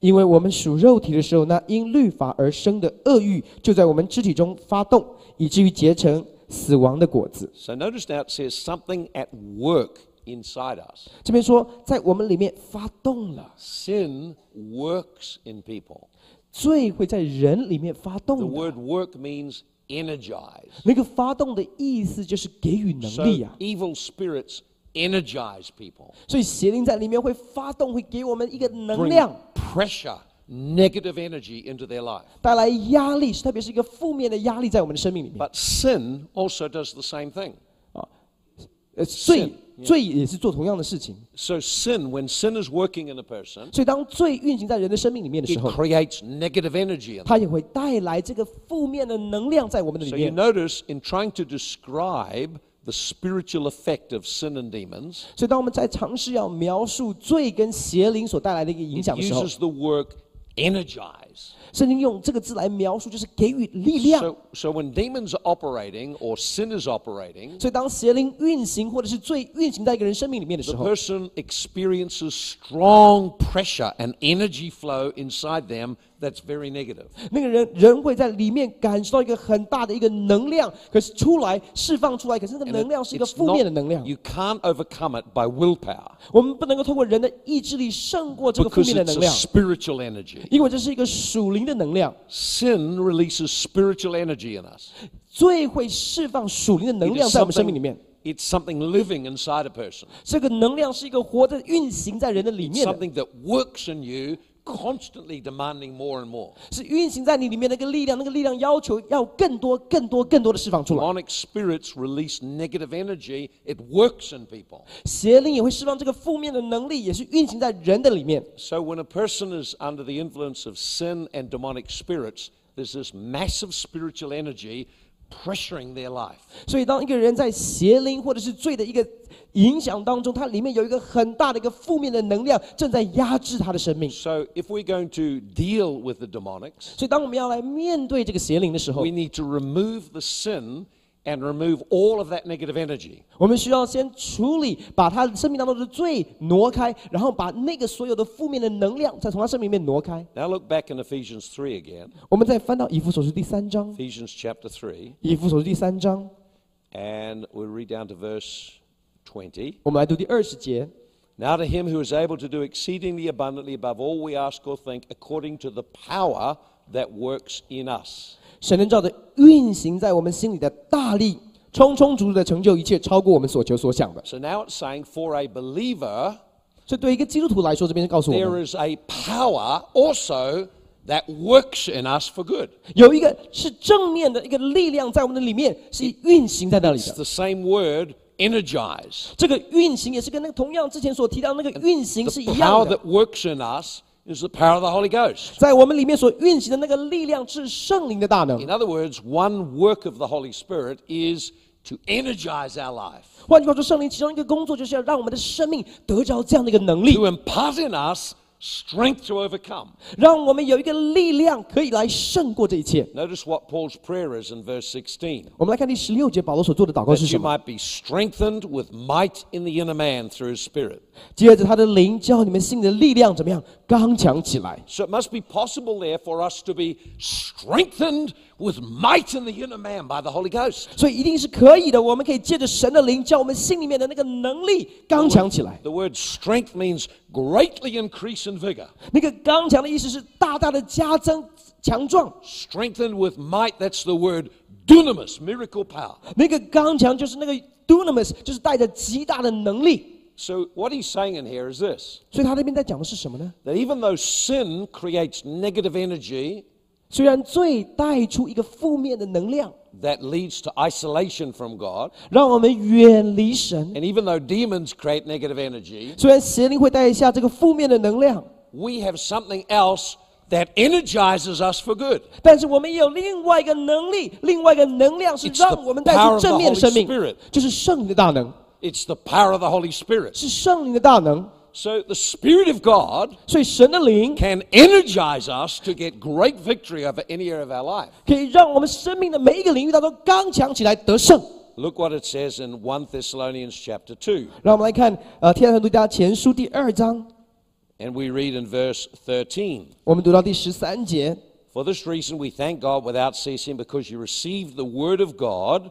[SPEAKER 3] 因为我们属肉体的时候，那因律法而生的恶欲就在我们肢体中发动，以至于结成死亡的果子。
[SPEAKER 2] So notice now it says something at work inside us.
[SPEAKER 3] 这边说，在我们里面发动了
[SPEAKER 2] Sin works in people.
[SPEAKER 3] 罪，会在人里面发
[SPEAKER 2] The
[SPEAKER 3] 动的。
[SPEAKER 2] word work means energize.
[SPEAKER 3] 那个发动的意思就是给予能力
[SPEAKER 2] So
[SPEAKER 3] 啊，
[SPEAKER 2] evil spirits energize people,
[SPEAKER 3] 所以邪灵在里面会发动，会给我们一个能
[SPEAKER 2] bring
[SPEAKER 3] 量，
[SPEAKER 2] pressure, negative energy into their life.
[SPEAKER 3] 带来压力，是特别是一个负面的压力在我们的生命里面。
[SPEAKER 2] But sin also does the same thing.
[SPEAKER 3] 呃，罪罪也是做同样的事情。
[SPEAKER 2] So, sin, when sin is working in a person,
[SPEAKER 3] 所以当罪运行在人的生命里面的
[SPEAKER 2] it
[SPEAKER 3] 时候，
[SPEAKER 2] creates negative energy in them.
[SPEAKER 3] 它也会带来这个负面的能量在我们的里
[SPEAKER 2] So, you
[SPEAKER 3] 面。
[SPEAKER 2] notice in trying to describe the spiritual effect of sin and demons,
[SPEAKER 3] 所以当我们在尝试要描述罪跟邪灵所带来的一个影
[SPEAKER 2] it
[SPEAKER 3] 响的时候，
[SPEAKER 2] uses the word energize.
[SPEAKER 3] 圣经用这个字来描述，就是给予力量。
[SPEAKER 2] So, so when demons are operating or sin is operating,
[SPEAKER 3] 所以当邪灵运行或者是罪运行在一个人生命里面的时
[SPEAKER 2] the
[SPEAKER 3] 候，
[SPEAKER 2] person experiences strong pressure and energy flow inside them that's very negative.
[SPEAKER 3] 那个人人会在里面感受到一个很大的一个能量，可是出来释放出来，可是那个
[SPEAKER 2] And
[SPEAKER 3] 能
[SPEAKER 2] it-
[SPEAKER 3] 量是一个
[SPEAKER 2] it's
[SPEAKER 3] 负面的
[SPEAKER 2] not-
[SPEAKER 3] 能量。
[SPEAKER 2] You can't overcome it by willpower
[SPEAKER 3] 我们不能够通过人的意志力胜过这个负
[SPEAKER 2] because
[SPEAKER 3] 面的
[SPEAKER 2] it's
[SPEAKER 3] 能
[SPEAKER 2] a
[SPEAKER 3] 量，
[SPEAKER 2] spiritual energy.
[SPEAKER 3] 因为这是一个属灵的能量，
[SPEAKER 2] Sin releases spiritual energy in us.
[SPEAKER 3] 最会释放属灵
[SPEAKER 2] It
[SPEAKER 3] 的能
[SPEAKER 2] is
[SPEAKER 3] 量在我们生命里
[SPEAKER 2] something-
[SPEAKER 3] 面。
[SPEAKER 2] it's something living inside a person,
[SPEAKER 3] 这个能量是一个活着运行在人的里面的，
[SPEAKER 2] something that works in you, constantly demanding more and more.
[SPEAKER 3] 是运行在你里面那个力量，那个力量要求要更多、更多、更多的释放出来。
[SPEAKER 2] Demonic spirits release negative energy. It works in people.
[SPEAKER 3] 邪灵也会释放这个负面的能力，也是运行在人的里面。
[SPEAKER 2] So when a person is under the influence of sin and demonic spirits, there's this massive spiritual energy pressuring their life.
[SPEAKER 3] 所以，当一个人在邪灵或者是罪的一个影响当中，它里面有一个很大的一个负面的能量正在压制他的生命。
[SPEAKER 2] So if we're going to deal with the demonics,
[SPEAKER 3] 所以，当我们要来面对这个邪灵的时候
[SPEAKER 2] we，need to remove the sin and remove all of that negative energy.
[SPEAKER 3] 我们需要先处理，把他生命当中的罪挪开，然后把那个所有的负面的能量再从他生命里面挪开。
[SPEAKER 2] Now look back in Ephesians 3 again,
[SPEAKER 3] 我们再翻到以弗所书第三章，
[SPEAKER 2] Ephesians chapter 3,
[SPEAKER 3] 以弗所书第三章，
[SPEAKER 2] and we read down to verse 20.
[SPEAKER 3] 我们来读第二十节。
[SPEAKER 2] Now to him who is able to do exceedingly abundantly above all we ask or think, according to the power that works in us.
[SPEAKER 3] 神能照着运行在我们心里的大力，充充足足的成就一切，超过我们所求所想的。
[SPEAKER 2] So now it's saying for a believer,
[SPEAKER 3] 所以，对一个基督徒来说，这边告诉我
[SPEAKER 2] there
[SPEAKER 3] 们，
[SPEAKER 2] is a power also that works in us for good.
[SPEAKER 3] 有一个是正面的一个力量在我们的里面是运行在那里
[SPEAKER 2] It's
[SPEAKER 3] 的。
[SPEAKER 2] the same word, energize.
[SPEAKER 3] 这个运行也是跟那个同样之前所提到那个运行是
[SPEAKER 2] The
[SPEAKER 3] 一
[SPEAKER 2] power
[SPEAKER 3] 样的
[SPEAKER 2] that。works in us is the power of the Holy Ghost.
[SPEAKER 3] 在我们里面所运行的那个力量是圣灵的大能
[SPEAKER 2] In。other words, one work of the Holy Spirit is to energize our life,
[SPEAKER 3] 换句话说，圣灵其中一个工作就是要让我们的生命得着这样的一个能力
[SPEAKER 2] to，impart in us strength to overcome.
[SPEAKER 3] 让我们有一个力量可以来胜过这一切。
[SPEAKER 2] Notice what Paul's prayer is in verse 16.
[SPEAKER 3] 我们来看第十六节，保罗所做的祷告
[SPEAKER 2] That
[SPEAKER 3] 是
[SPEAKER 2] you
[SPEAKER 3] 什么？
[SPEAKER 2] might be strengthened with might in the inner man through his spirit.
[SPEAKER 3] 接着他的灵教你们信的力量怎么样刚强起来。
[SPEAKER 2] So it must be possible there for us to be strengthened with might in the inner man by the Holy Ghost.
[SPEAKER 3] 所以一定是可以的，我们可以借着神的灵，叫我们心里面的那个能力刚强起来。
[SPEAKER 2] The word strength means greatly increase in vigor.
[SPEAKER 3] 那个刚强的意思是大大的加增强壮，
[SPEAKER 2] Strengthened with might, that's the word dunamis, miracle power.
[SPEAKER 3] 那个刚强就是那个 dunamis，就是带着极大的能力。
[SPEAKER 2] So what he's saying in here is this
[SPEAKER 3] 所以他那边在讲的是什么呢？
[SPEAKER 2] that even though sin creates negative energy
[SPEAKER 3] 虽然罪带出一个负面的能量，
[SPEAKER 2] that leads to isolation from God,
[SPEAKER 3] 让我们远离神；
[SPEAKER 2] and even though demons create negative energy,
[SPEAKER 3] 虽然邪灵会带一下这个负面的能量，
[SPEAKER 2] we have something else that energizes us for good.
[SPEAKER 3] 但是我们也有另外一个能力，另外一个能量是
[SPEAKER 2] It's the
[SPEAKER 3] 让我们带出正面的生
[SPEAKER 2] power of the Holy
[SPEAKER 3] 命
[SPEAKER 2] Spirit.，
[SPEAKER 3] 就是圣灵的大能，
[SPEAKER 2] It's the power of the Holy Spirit.
[SPEAKER 3] 是圣灵的大能。
[SPEAKER 2] So the Spirit of God
[SPEAKER 3] 所以神的灵
[SPEAKER 2] can energize us to get great victory over any area of our life.
[SPEAKER 3] 可以让我们生命的每一个领域当中刚强起来得胜。
[SPEAKER 2] Look what it says in 1 Thessalonians chapter 2.
[SPEAKER 3] 让我们来看，呃，《天上独家前书》第二章，
[SPEAKER 2] And we read in verse 13
[SPEAKER 3] 我们读到第十三节。
[SPEAKER 2] For this reason we thank God without ceasing, because you received the word of God.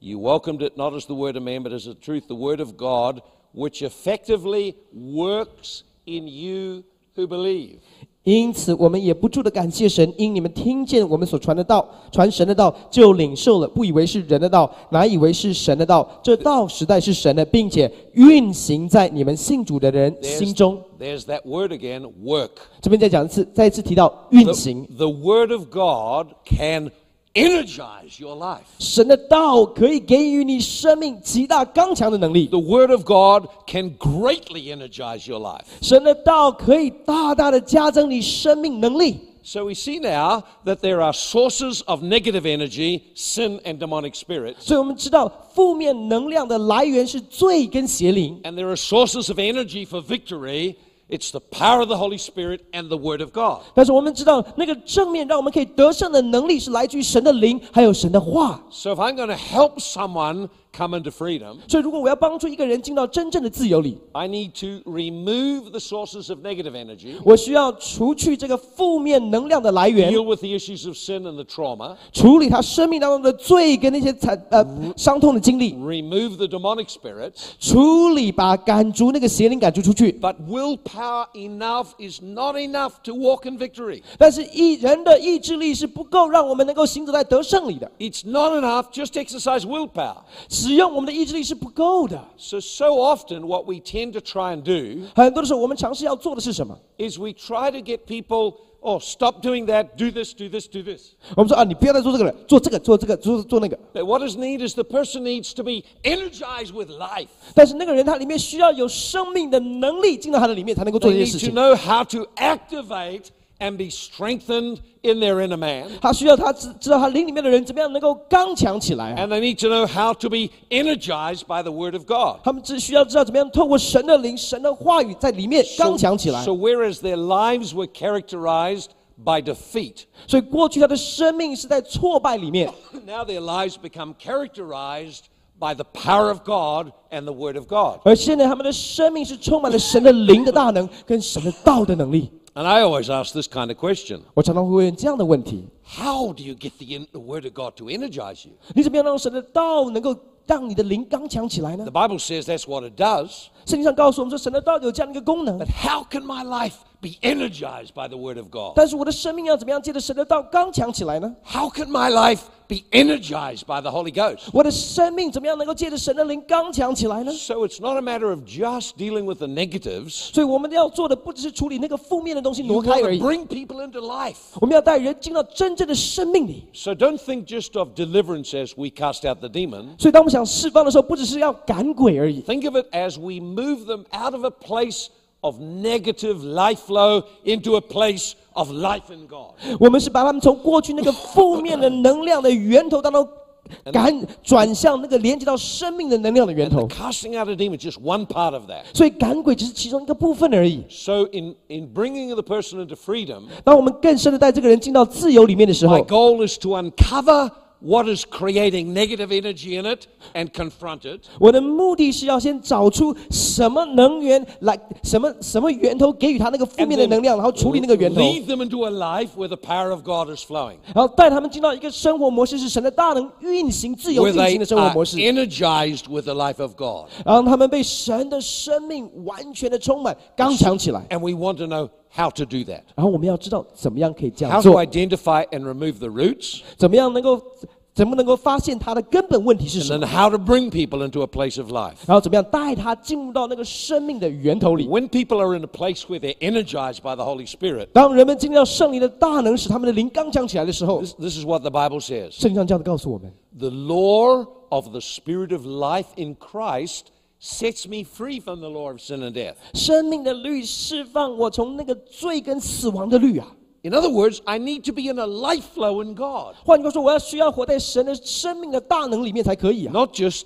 [SPEAKER 2] You welcomed it not as the word of man, but as the truth, the word of God, which effectively works in you who believe.
[SPEAKER 3] 因因此，我们也不住的感谢神，因你们听见我们所传的道，传神的道，就领受了，不以为是人的道，乃以为是神的道。这道实在是神的，并且运行在你们信主的人心
[SPEAKER 2] There's,
[SPEAKER 3] 中。
[SPEAKER 2] there's that word again work.
[SPEAKER 3] 这边再讲一次，再一次提到运
[SPEAKER 2] The,
[SPEAKER 3] 行，
[SPEAKER 2] the word of God can energize your life.
[SPEAKER 3] 神的道可以给予你生命极大刚强的能力。
[SPEAKER 2] The word of God can greatly energize your life.
[SPEAKER 3] 神的道可以大大的加增你生命能力。
[SPEAKER 2] So we see now that there are sources of negative energy, sin and demonic spirits,
[SPEAKER 3] 所以我们知道，负面能量的来源是罪跟邪灵，
[SPEAKER 2] and there are sources of energy for victory. It's the power of the Holy Spirit and the word of God.
[SPEAKER 3] 但是我们知道那个正面让我们可以得胜的能力是来自于神的灵，还有神的话。
[SPEAKER 2] So if I'm going to help someone come into freedom,
[SPEAKER 3] 所以，如果我要帮助一个人进到真正的自由里，
[SPEAKER 2] I need to remove the sources of negative energy,
[SPEAKER 3] 我需要除去这个负面能量的来源，
[SPEAKER 2] deal with the issues of sin and the trauma,
[SPEAKER 3] 处理他生命当中的罪跟那些惨呃伤痛的经历，
[SPEAKER 2] remove the demonic spirits,
[SPEAKER 3] 处理把赶逐那个邪灵赶逐出去。
[SPEAKER 2] but willpower enough is not enough to walk in victory.
[SPEAKER 3] 但是意人的意志力是不够让我们能够行走在得胜里的，
[SPEAKER 2] It's not enough just to exercise willpower.
[SPEAKER 3] 使用我们的意志力是不够的。
[SPEAKER 2] So, so often what we tend to try and do
[SPEAKER 3] 很多的时候，我们尝试要做的是什么？
[SPEAKER 2] is we try to get people, oh, stop doing that, do this, do this, do this.
[SPEAKER 3] 我们说啊，你不要再做这个了，做这个，做这个，做做那个。
[SPEAKER 2] But what is needed is the person needs to be energized with life.
[SPEAKER 3] 但是那个人他里面需要有生命的能力进到他的里面，才能够做
[SPEAKER 2] They
[SPEAKER 3] 这些
[SPEAKER 2] need to
[SPEAKER 3] 事情。
[SPEAKER 2] know how to activate and be strengthened in their inner man.
[SPEAKER 3] 他需要他知知道他灵里面的人怎么样能够刚强起来。
[SPEAKER 2] And they need to know how to be energized by the Word of God.
[SPEAKER 3] 他们只需要知道怎么样透过神的灵、神的话语在里面
[SPEAKER 2] So,
[SPEAKER 3] 刚强起来
[SPEAKER 2] so。whereas their lives were characterized by defeat,
[SPEAKER 3] 所以过去他的生命是在挫败里面，
[SPEAKER 2] now their lives become characterized by the power of God and the Word of God.
[SPEAKER 3] 而现在他们的生命是充满了神的灵的大能跟神的道的能力。
[SPEAKER 2] And I always ask this kind of question
[SPEAKER 3] 我常常会问这样的问题：
[SPEAKER 2] How do you get the, en- the Word of God to energize you?
[SPEAKER 3] 你怎么样让神的道能够让你的灵刚强起来呢
[SPEAKER 2] The？Bible says that's what it does.
[SPEAKER 3] 圣经上告诉我们说，神的道有这样的一个功能
[SPEAKER 2] But。how can my life be energized by the Word of God?
[SPEAKER 3] 但是我的生命要怎么样借着神的道刚强起来呢？
[SPEAKER 2] How can my life be energized by the Holy Ghost?
[SPEAKER 3] 我的生命怎么样能够借着神的灵刚强起来呢？
[SPEAKER 2] So it's not a matter of just dealing with the negatives.
[SPEAKER 3] 所以我们要做的不只是处理那个负面的东西
[SPEAKER 2] You
[SPEAKER 3] 挪开
[SPEAKER 2] want
[SPEAKER 3] 而
[SPEAKER 2] to
[SPEAKER 3] 已，
[SPEAKER 2] bring people into life.
[SPEAKER 3] 我们要带人进到真正的生命里。
[SPEAKER 2] So don't think just of deliverance as we cast out the demon.
[SPEAKER 3] 所以当我们想释放的时候，不只是要赶鬼而已，
[SPEAKER 2] Think of it as we move them out of a place of negative life flow into a place of life in God.
[SPEAKER 3] 我们是把他们从过去那个负面的能量的源头当中赶转向那个连接到生命的能量的源头。
[SPEAKER 2] Casting out a demon is just one part of that.
[SPEAKER 3] 所以赶鬼只是其中一个部分而已。
[SPEAKER 2] So in, in bringing the person into freedom,
[SPEAKER 3] 当我们更深的带这个人进到自由里面的时
[SPEAKER 2] my
[SPEAKER 3] 候，
[SPEAKER 2] goal is to uncover what is creating negative energy in it and confront it.
[SPEAKER 3] 我的目的是要先找出什么能源来，什么什么源头给予他那个负
[SPEAKER 2] And
[SPEAKER 3] 面的
[SPEAKER 2] then
[SPEAKER 3] 能量，然后处理那个源头，
[SPEAKER 2] Lead them into a life where the power of God is flowing,
[SPEAKER 3] 然后带他们进到一个生活模式，是神的大能运行、自由
[SPEAKER 2] where
[SPEAKER 3] 运
[SPEAKER 2] they
[SPEAKER 3] 行的生活
[SPEAKER 2] are
[SPEAKER 3] 模式，
[SPEAKER 2] energized with the life of God.
[SPEAKER 3] 然后他们被神的生命完全的充满、刚强起来。
[SPEAKER 2] And we want to know how to do that.
[SPEAKER 3] 然后我们要知道怎么样可以这
[SPEAKER 2] How
[SPEAKER 3] 样
[SPEAKER 2] to
[SPEAKER 3] 做，
[SPEAKER 2] identify and remove the roots,
[SPEAKER 3] 怎么样能够，怎么能够发现他的根本问题是
[SPEAKER 2] and
[SPEAKER 3] 什
[SPEAKER 2] then
[SPEAKER 3] 么，
[SPEAKER 2] how to bring people into a place of life.
[SPEAKER 3] 然后怎么样带他进入到那个生命的源头里。
[SPEAKER 2] When people are in a place where they're energized by the Holy Spirit,
[SPEAKER 3] 当人们经历到圣灵的大能，使他们的灵刚强起来的时候，
[SPEAKER 2] this, this is what the Bible says
[SPEAKER 3] 圣经上这样的告诉我们。
[SPEAKER 2] The law of the Spirit of life in Christ sets me free from the law of sin and death.
[SPEAKER 3] 生命的律释放我从那个罪跟死亡的律啊。
[SPEAKER 2] In other words, I need to be in a life flow in God.
[SPEAKER 3] 换句话说，我要需要活在神的生命的大能里面才可以啊，
[SPEAKER 2] not just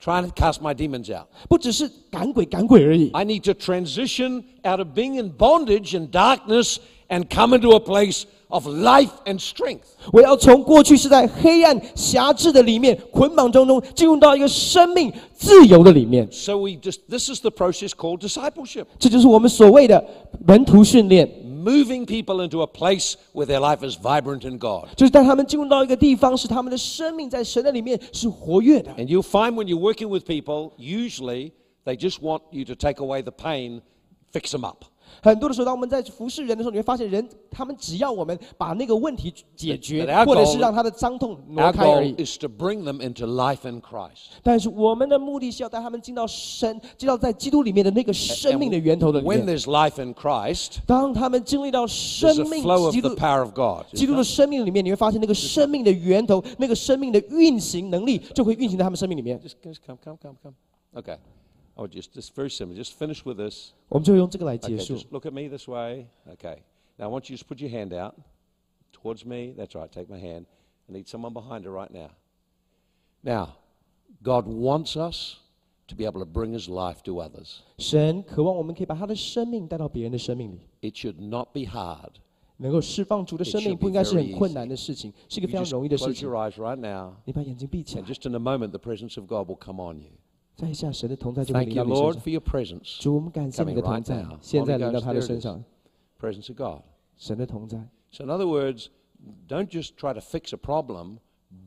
[SPEAKER 2] trying to cast my demons out.
[SPEAKER 3] 不只是赶鬼赶鬼而已。
[SPEAKER 2] I need to transition out of being in bondage and darkness and come into a place of life and strength.
[SPEAKER 3] 我要从过去是在黑暗辖制的里面捆绑中中，进入到一个生命自由的里面。
[SPEAKER 2] So we just this is the process called discipleship.
[SPEAKER 3] 这就是我们所谓的门徒训练，
[SPEAKER 2] Moving people into a place where their life is vibrant in God.
[SPEAKER 3] 就是带他们进入到一个地方，使他们的生命在神的里面是活跃的。
[SPEAKER 2] And you'll find when you're working with people, usually they just want you to take away the pain, fix them up.
[SPEAKER 3] 很多的时候，当我们在服侍人的时候，你会发现人他们只要我们把那个问题解决
[SPEAKER 2] But our，goal-
[SPEAKER 3] 或者是让他的伤痛挪
[SPEAKER 2] Our
[SPEAKER 3] 开
[SPEAKER 2] goal
[SPEAKER 3] 而已。
[SPEAKER 2] is to bring them into life in Christ.
[SPEAKER 3] 但是我们的目的是要带他们进到神，进到在基督里面的那个生命的源头的
[SPEAKER 2] And
[SPEAKER 3] 里
[SPEAKER 2] when
[SPEAKER 3] 面。
[SPEAKER 2] there's life in Christ,
[SPEAKER 3] 当他们经历到
[SPEAKER 2] there's a
[SPEAKER 3] 生命
[SPEAKER 2] flow
[SPEAKER 3] 基
[SPEAKER 2] of
[SPEAKER 3] 督
[SPEAKER 2] the power of God.
[SPEAKER 3] 基督的生命里面，你会发现那个生命的源头，那个生命的运行能力就会运行在他们生命里面。
[SPEAKER 2] Just, just come, come, come, come. Okay. Oh, just, just very simple. Just finish with this.
[SPEAKER 3] 我们就用这个来结
[SPEAKER 2] Okay,
[SPEAKER 3] 束。
[SPEAKER 2] just look at me this way. Okay. Now I want you to just put your hand out towards me. That's right. Take my hand. I need someone behind her right now. Now, God wants us to be able to bring His life to others.
[SPEAKER 3] 神渴望我们可以把他的生命带到别人的生命里，
[SPEAKER 2] It should not be hard.
[SPEAKER 3] 能够释放主的生
[SPEAKER 2] It should
[SPEAKER 3] 命，
[SPEAKER 2] be
[SPEAKER 3] 不应该是
[SPEAKER 2] very
[SPEAKER 3] 很
[SPEAKER 2] easy.
[SPEAKER 3] 困难的事情，是一
[SPEAKER 2] You
[SPEAKER 3] 个非常
[SPEAKER 2] just
[SPEAKER 3] 容易的事
[SPEAKER 2] close
[SPEAKER 3] 情
[SPEAKER 2] your。eyes right now,
[SPEAKER 3] 你把眼睛闭起来
[SPEAKER 2] and，just in a moment, the presence of God will come on you.
[SPEAKER 3] 在下神的同在就会
[SPEAKER 2] Thank
[SPEAKER 3] 临
[SPEAKER 2] you,
[SPEAKER 3] 到你身
[SPEAKER 2] Lord,
[SPEAKER 3] 上
[SPEAKER 2] for。your presence.
[SPEAKER 3] 主，我们感谢你的
[SPEAKER 2] Coming right
[SPEAKER 3] 同在啊
[SPEAKER 2] now.，
[SPEAKER 3] 现在临
[SPEAKER 2] Holy
[SPEAKER 3] 到
[SPEAKER 2] Ghost,
[SPEAKER 3] 他的
[SPEAKER 2] there it
[SPEAKER 3] 身
[SPEAKER 2] is.
[SPEAKER 3] 上，
[SPEAKER 2] Presence of God.
[SPEAKER 3] 神的同在。
[SPEAKER 2] So, in other words, don't just try to fix a problem,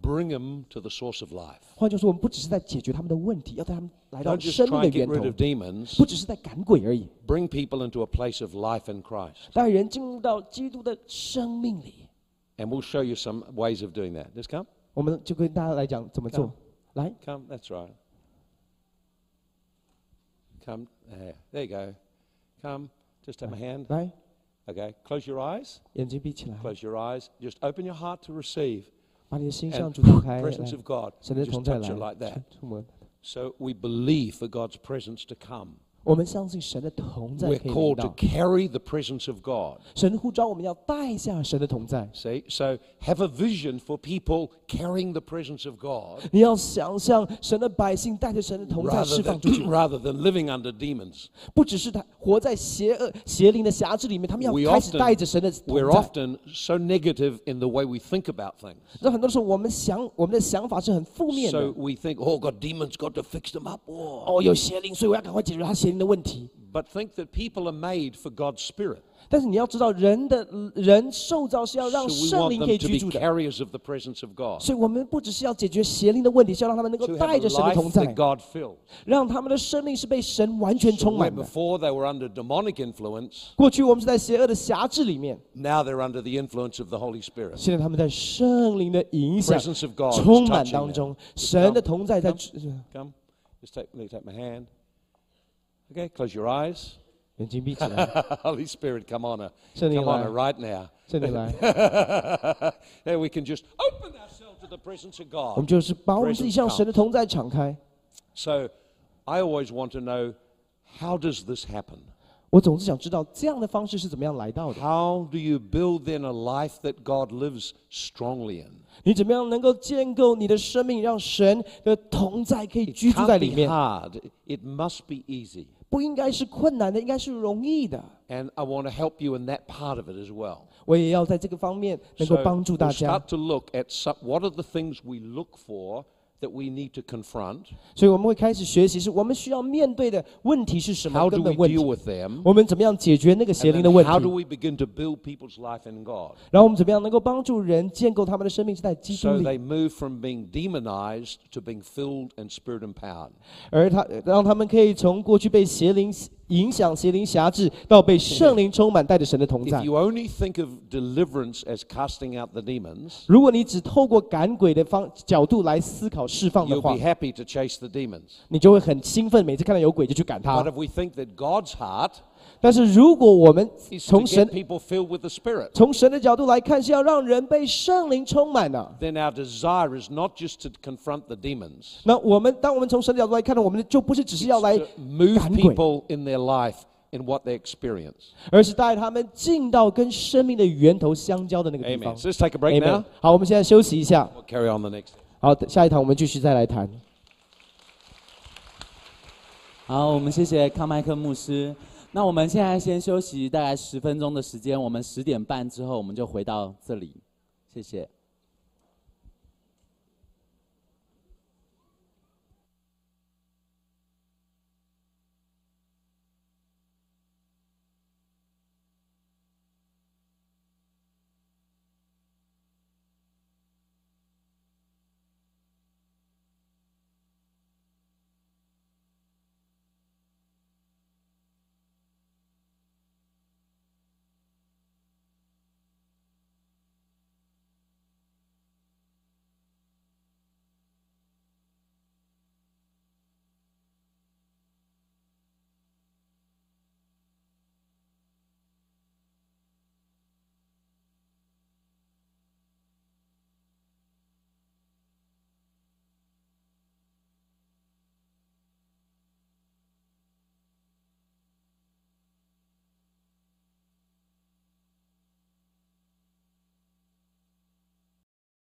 [SPEAKER 2] bring them to the source of life.
[SPEAKER 3] 换句话说，我们不只是在解决他们的问题，要带他们来到
[SPEAKER 2] Don't just
[SPEAKER 3] 生命
[SPEAKER 2] try
[SPEAKER 3] 的
[SPEAKER 2] and
[SPEAKER 3] 源
[SPEAKER 2] get
[SPEAKER 3] 头
[SPEAKER 2] rid，of demons.
[SPEAKER 3] 不只是在赶鬼而已。
[SPEAKER 2] Bring people into a place of life in Christ.
[SPEAKER 3] 带人进入到基督的生命里，
[SPEAKER 2] And we'll show you some ways of doing that. Just come.
[SPEAKER 3] 我们就跟大家来讲怎么做。来，
[SPEAKER 2] Come. That's right. Come. There, there you go. Come. Just take my hand.
[SPEAKER 3] 来，
[SPEAKER 2] Okay. Close your eyes.
[SPEAKER 3] 眼睛闭起来，
[SPEAKER 2] Close your eyes. Just open your heart to receive.
[SPEAKER 3] 把你的心向
[SPEAKER 2] And
[SPEAKER 3] 主打开，来
[SPEAKER 2] presence of God.
[SPEAKER 3] 神的
[SPEAKER 2] Just
[SPEAKER 3] 同在
[SPEAKER 2] touch it
[SPEAKER 3] 来
[SPEAKER 2] like that.
[SPEAKER 3] 触摸。
[SPEAKER 2] So we believe for God's presence to come.
[SPEAKER 3] 我们相信神的同在
[SPEAKER 2] We're
[SPEAKER 3] 可以领
[SPEAKER 2] called to
[SPEAKER 3] 到。
[SPEAKER 2] carry the presence of God.
[SPEAKER 3] 神呼召我们要带下神的同在。
[SPEAKER 2] See? So have a vision for people carrying the presence of God
[SPEAKER 3] 你要想象神的百姓带着神的同在
[SPEAKER 2] rather
[SPEAKER 3] 释放出
[SPEAKER 2] <clears throat>
[SPEAKER 3] 去
[SPEAKER 2] than,，rather than living under demons.
[SPEAKER 3] 不只是他活在邪恶邪灵的辖制里面，他们
[SPEAKER 2] We
[SPEAKER 3] 要开始
[SPEAKER 2] often,
[SPEAKER 3] 带着神的同
[SPEAKER 2] we're
[SPEAKER 3] 在。
[SPEAKER 2] often so negative in the way we think about things.
[SPEAKER 3] 那很多时候，我们想我们的想法是很负面
[SPEAKER 2] So
[SPEAKER 3] 的。
[SPEAKER 2] we think, oh, God, demons got to fix them up. Oh.
[SPEAKER 3] 哦，有邪灵，所以我要赶快解决他邪灵的问题。
[SPEAKER 2] But think that people are made for God's Spirit.
[SPEAKER 3] 但是你要知道，人的人受造是要
[SPEAKER 2] So
[SPEAKER 3] 让
[SPEAKER 2] we
[SPEAKER 3] 圣
[SPEAKER 2] want
[SPEAKER 3] 灵可以
[SPEAKER 2] them to
[SPEAKER 3] 居
[SPEAKER 2] be
[SPEAKER 3] 住的，
[SPEAKER 2] carriers of the presence of God.
[SPEAKER 3] 所以我们不只是要解决邪灵的问题，是要让他们能够
[SPEAKER 2] To have
[SPEAKER 3] 带
[SPEAKER 2] a
[SPEAKER 3] 着神的同
[SPEAKER 2] life
[SPEAKER 3] 在
[SPEAKER 2] that，God fills.
[SPEAKER 3] 让他们的生命是被神完全
[SPEAKER 2] So
[SPEAKER 3] 充
[SPEAKER 2] where
[SPEAKER 3] 满的。
[SPEAKER 2] before they were under demonic influence,
[SPEAKER 3] 过去我们是在邪恶的辖制里面，
[SPEAKER 2] now they're under the influence of the Holy Spirit.
[SPEAKER 3] 现在他们在圣灵的影响
[SPEAKER 2] Presence of God is
[SPEAKER 3] 充满
[SPEAKER 2] touching
[SPEAKER 3] 当中
[SPEAKER 2] them.，
[SPEAKER 3] 神的同在在
[SPEAKER 2] Come, just take, let me take my hand. Okay, close your eyes.
[SPEAKER 3] 眼睛闭起来，
[SPEAKER 2] <laughs> Holy Spirit, come on her.
[SPEAKER 3] 圣灵
[SPEAKER 2] Come on
[SPEAKER 3] 来
[SPEAKER 2] her right now.
[SPEAKER 3] 圣灵来，
[SPEAKER 2] Then we can just open ourselves to the presence of
[SPEAKER 3] 我们
[SPEAKER 2] God. <laughs>
[SPEAKER 3] 就是把我们自己向神的同在敞开。
[SPEAKER 2] So I always want to know how does this happen?
[SPEAKER 3] 我总是想知道这样的方式是怎么样来到的。
[SPEAKER 2] How do you build then a life that God lives strongly in?
[SPEAKER 3] 你怎么样能够建构你的生命，让神的同在可以
[SPEAKER 2] It
[SPEAKER 3] 居住在
[SPEAKER 2] can't
[SPEAKER 3] 里
[SPEAKER 2] be
[SPEAKER 3] 面？
[SPEAKER 2] hard. It must be easy.
[SPEAKER 3] 不应该是困难的，应该是容易的。
[SPEAKER 2] And I want to help you in that part of it as well.
[SPEAKER 3] 我也要在这个方面能够
[SPEAKER 2] So
[SPEAKER 3] 帮助大
[SPEAKER 2] we'll
[SPEAKER 3] 家，
[SPEAKER 2] start to look at some, what are the things we look for that we need to confront.
[SPEAKER 3] 所以我们会开始学习，是我们需要面对的问题是什么
[SPEAKER 2] How do
[SPEAKER 3] 根
[SPEAKER 2] we
[SPEAKER 3] 本问
[SPEAKER 2] deal
[SPEAKER 3] 题？
[SPEAKER 2] with them?
[SPEAKER 3] 我们怎么样解决那个邪灵
[SPEAKER 2] And
[SPEAKER 3] 的问
[SPEAKER 2] then how do
[SPEAKER 3] 题？
[SPEAKER 2] we begin to build people's life in God
[SPEAKER 3] 然后我们怎么样能够帮助人建构他们的生命是在基督
[SPEAKER 2] so
[SPEAKER 3] 里，
[SPEAKER 2] they move from being demonized to being filled and spirit empowered?
[SPEAKER 3] 而他让他们可以从过去被邪灵影响、邪灵辖制，到被圣灵充满，带着神的同
[SPEAKER 2] If
[SPEAKER 3] 在。
[SPEAKER 2] you only think of deliverance as casting out the demons,
[SPEAKER 3] 如果你只透过赶鬼的方角度来思考释放的
[SPEAKER 2] you'll
[SPEAKER 3] 话
[SPEAKER 2] be，happy to chase the demons.
[SPEAKER 3] 你就会很兴奋，每次看到有鬼就去赶
[SPEAKER 2] But
[SPEAKER 3] 他。
[SPEAKER 2] if we think that God's heart
[SPEAKER 3] 但是如果我们
[SPEAKER 2] is to
[SPEAKER 3] 从神
[SPEAKER 2] get people filled with the Spirit,
[SPEAKER 3] 从神的角度来看，是要让人被圣灵充满的、啊
[SPEAKER 2] then our desire is not just to confront the demons.
[SPEAKER 3] 那我们，当我们从神的角度来看呢，我们就不是只是要来
[SPEAKER 2] to move
[SPEAKER 3] 赶鬼，
[SPEAKER 2] people in their life in what they experience.
[SPEAKER 3] 而是带他们进到跟生命的源头相交的那个地
[SPEAKER 2] Amen.
[SPEAKER 3] 方
[SPEAKER 2] So。let's take a break
[SPEAKER 3] Amen
[SPEAKER 2] now.
[SPEAKER 3] 好，我们现在休息一下。
[SPEAKER 2] We'll carry on the next.
[SPEAKER 3] 好，等下一堂我们继续再来谈。
[SPEAKER 1] 好，我们谢谢康麦克牧师。那我们现在先休息大概十分钟的时间，我们十点半之后我们就回到这里，谢谢。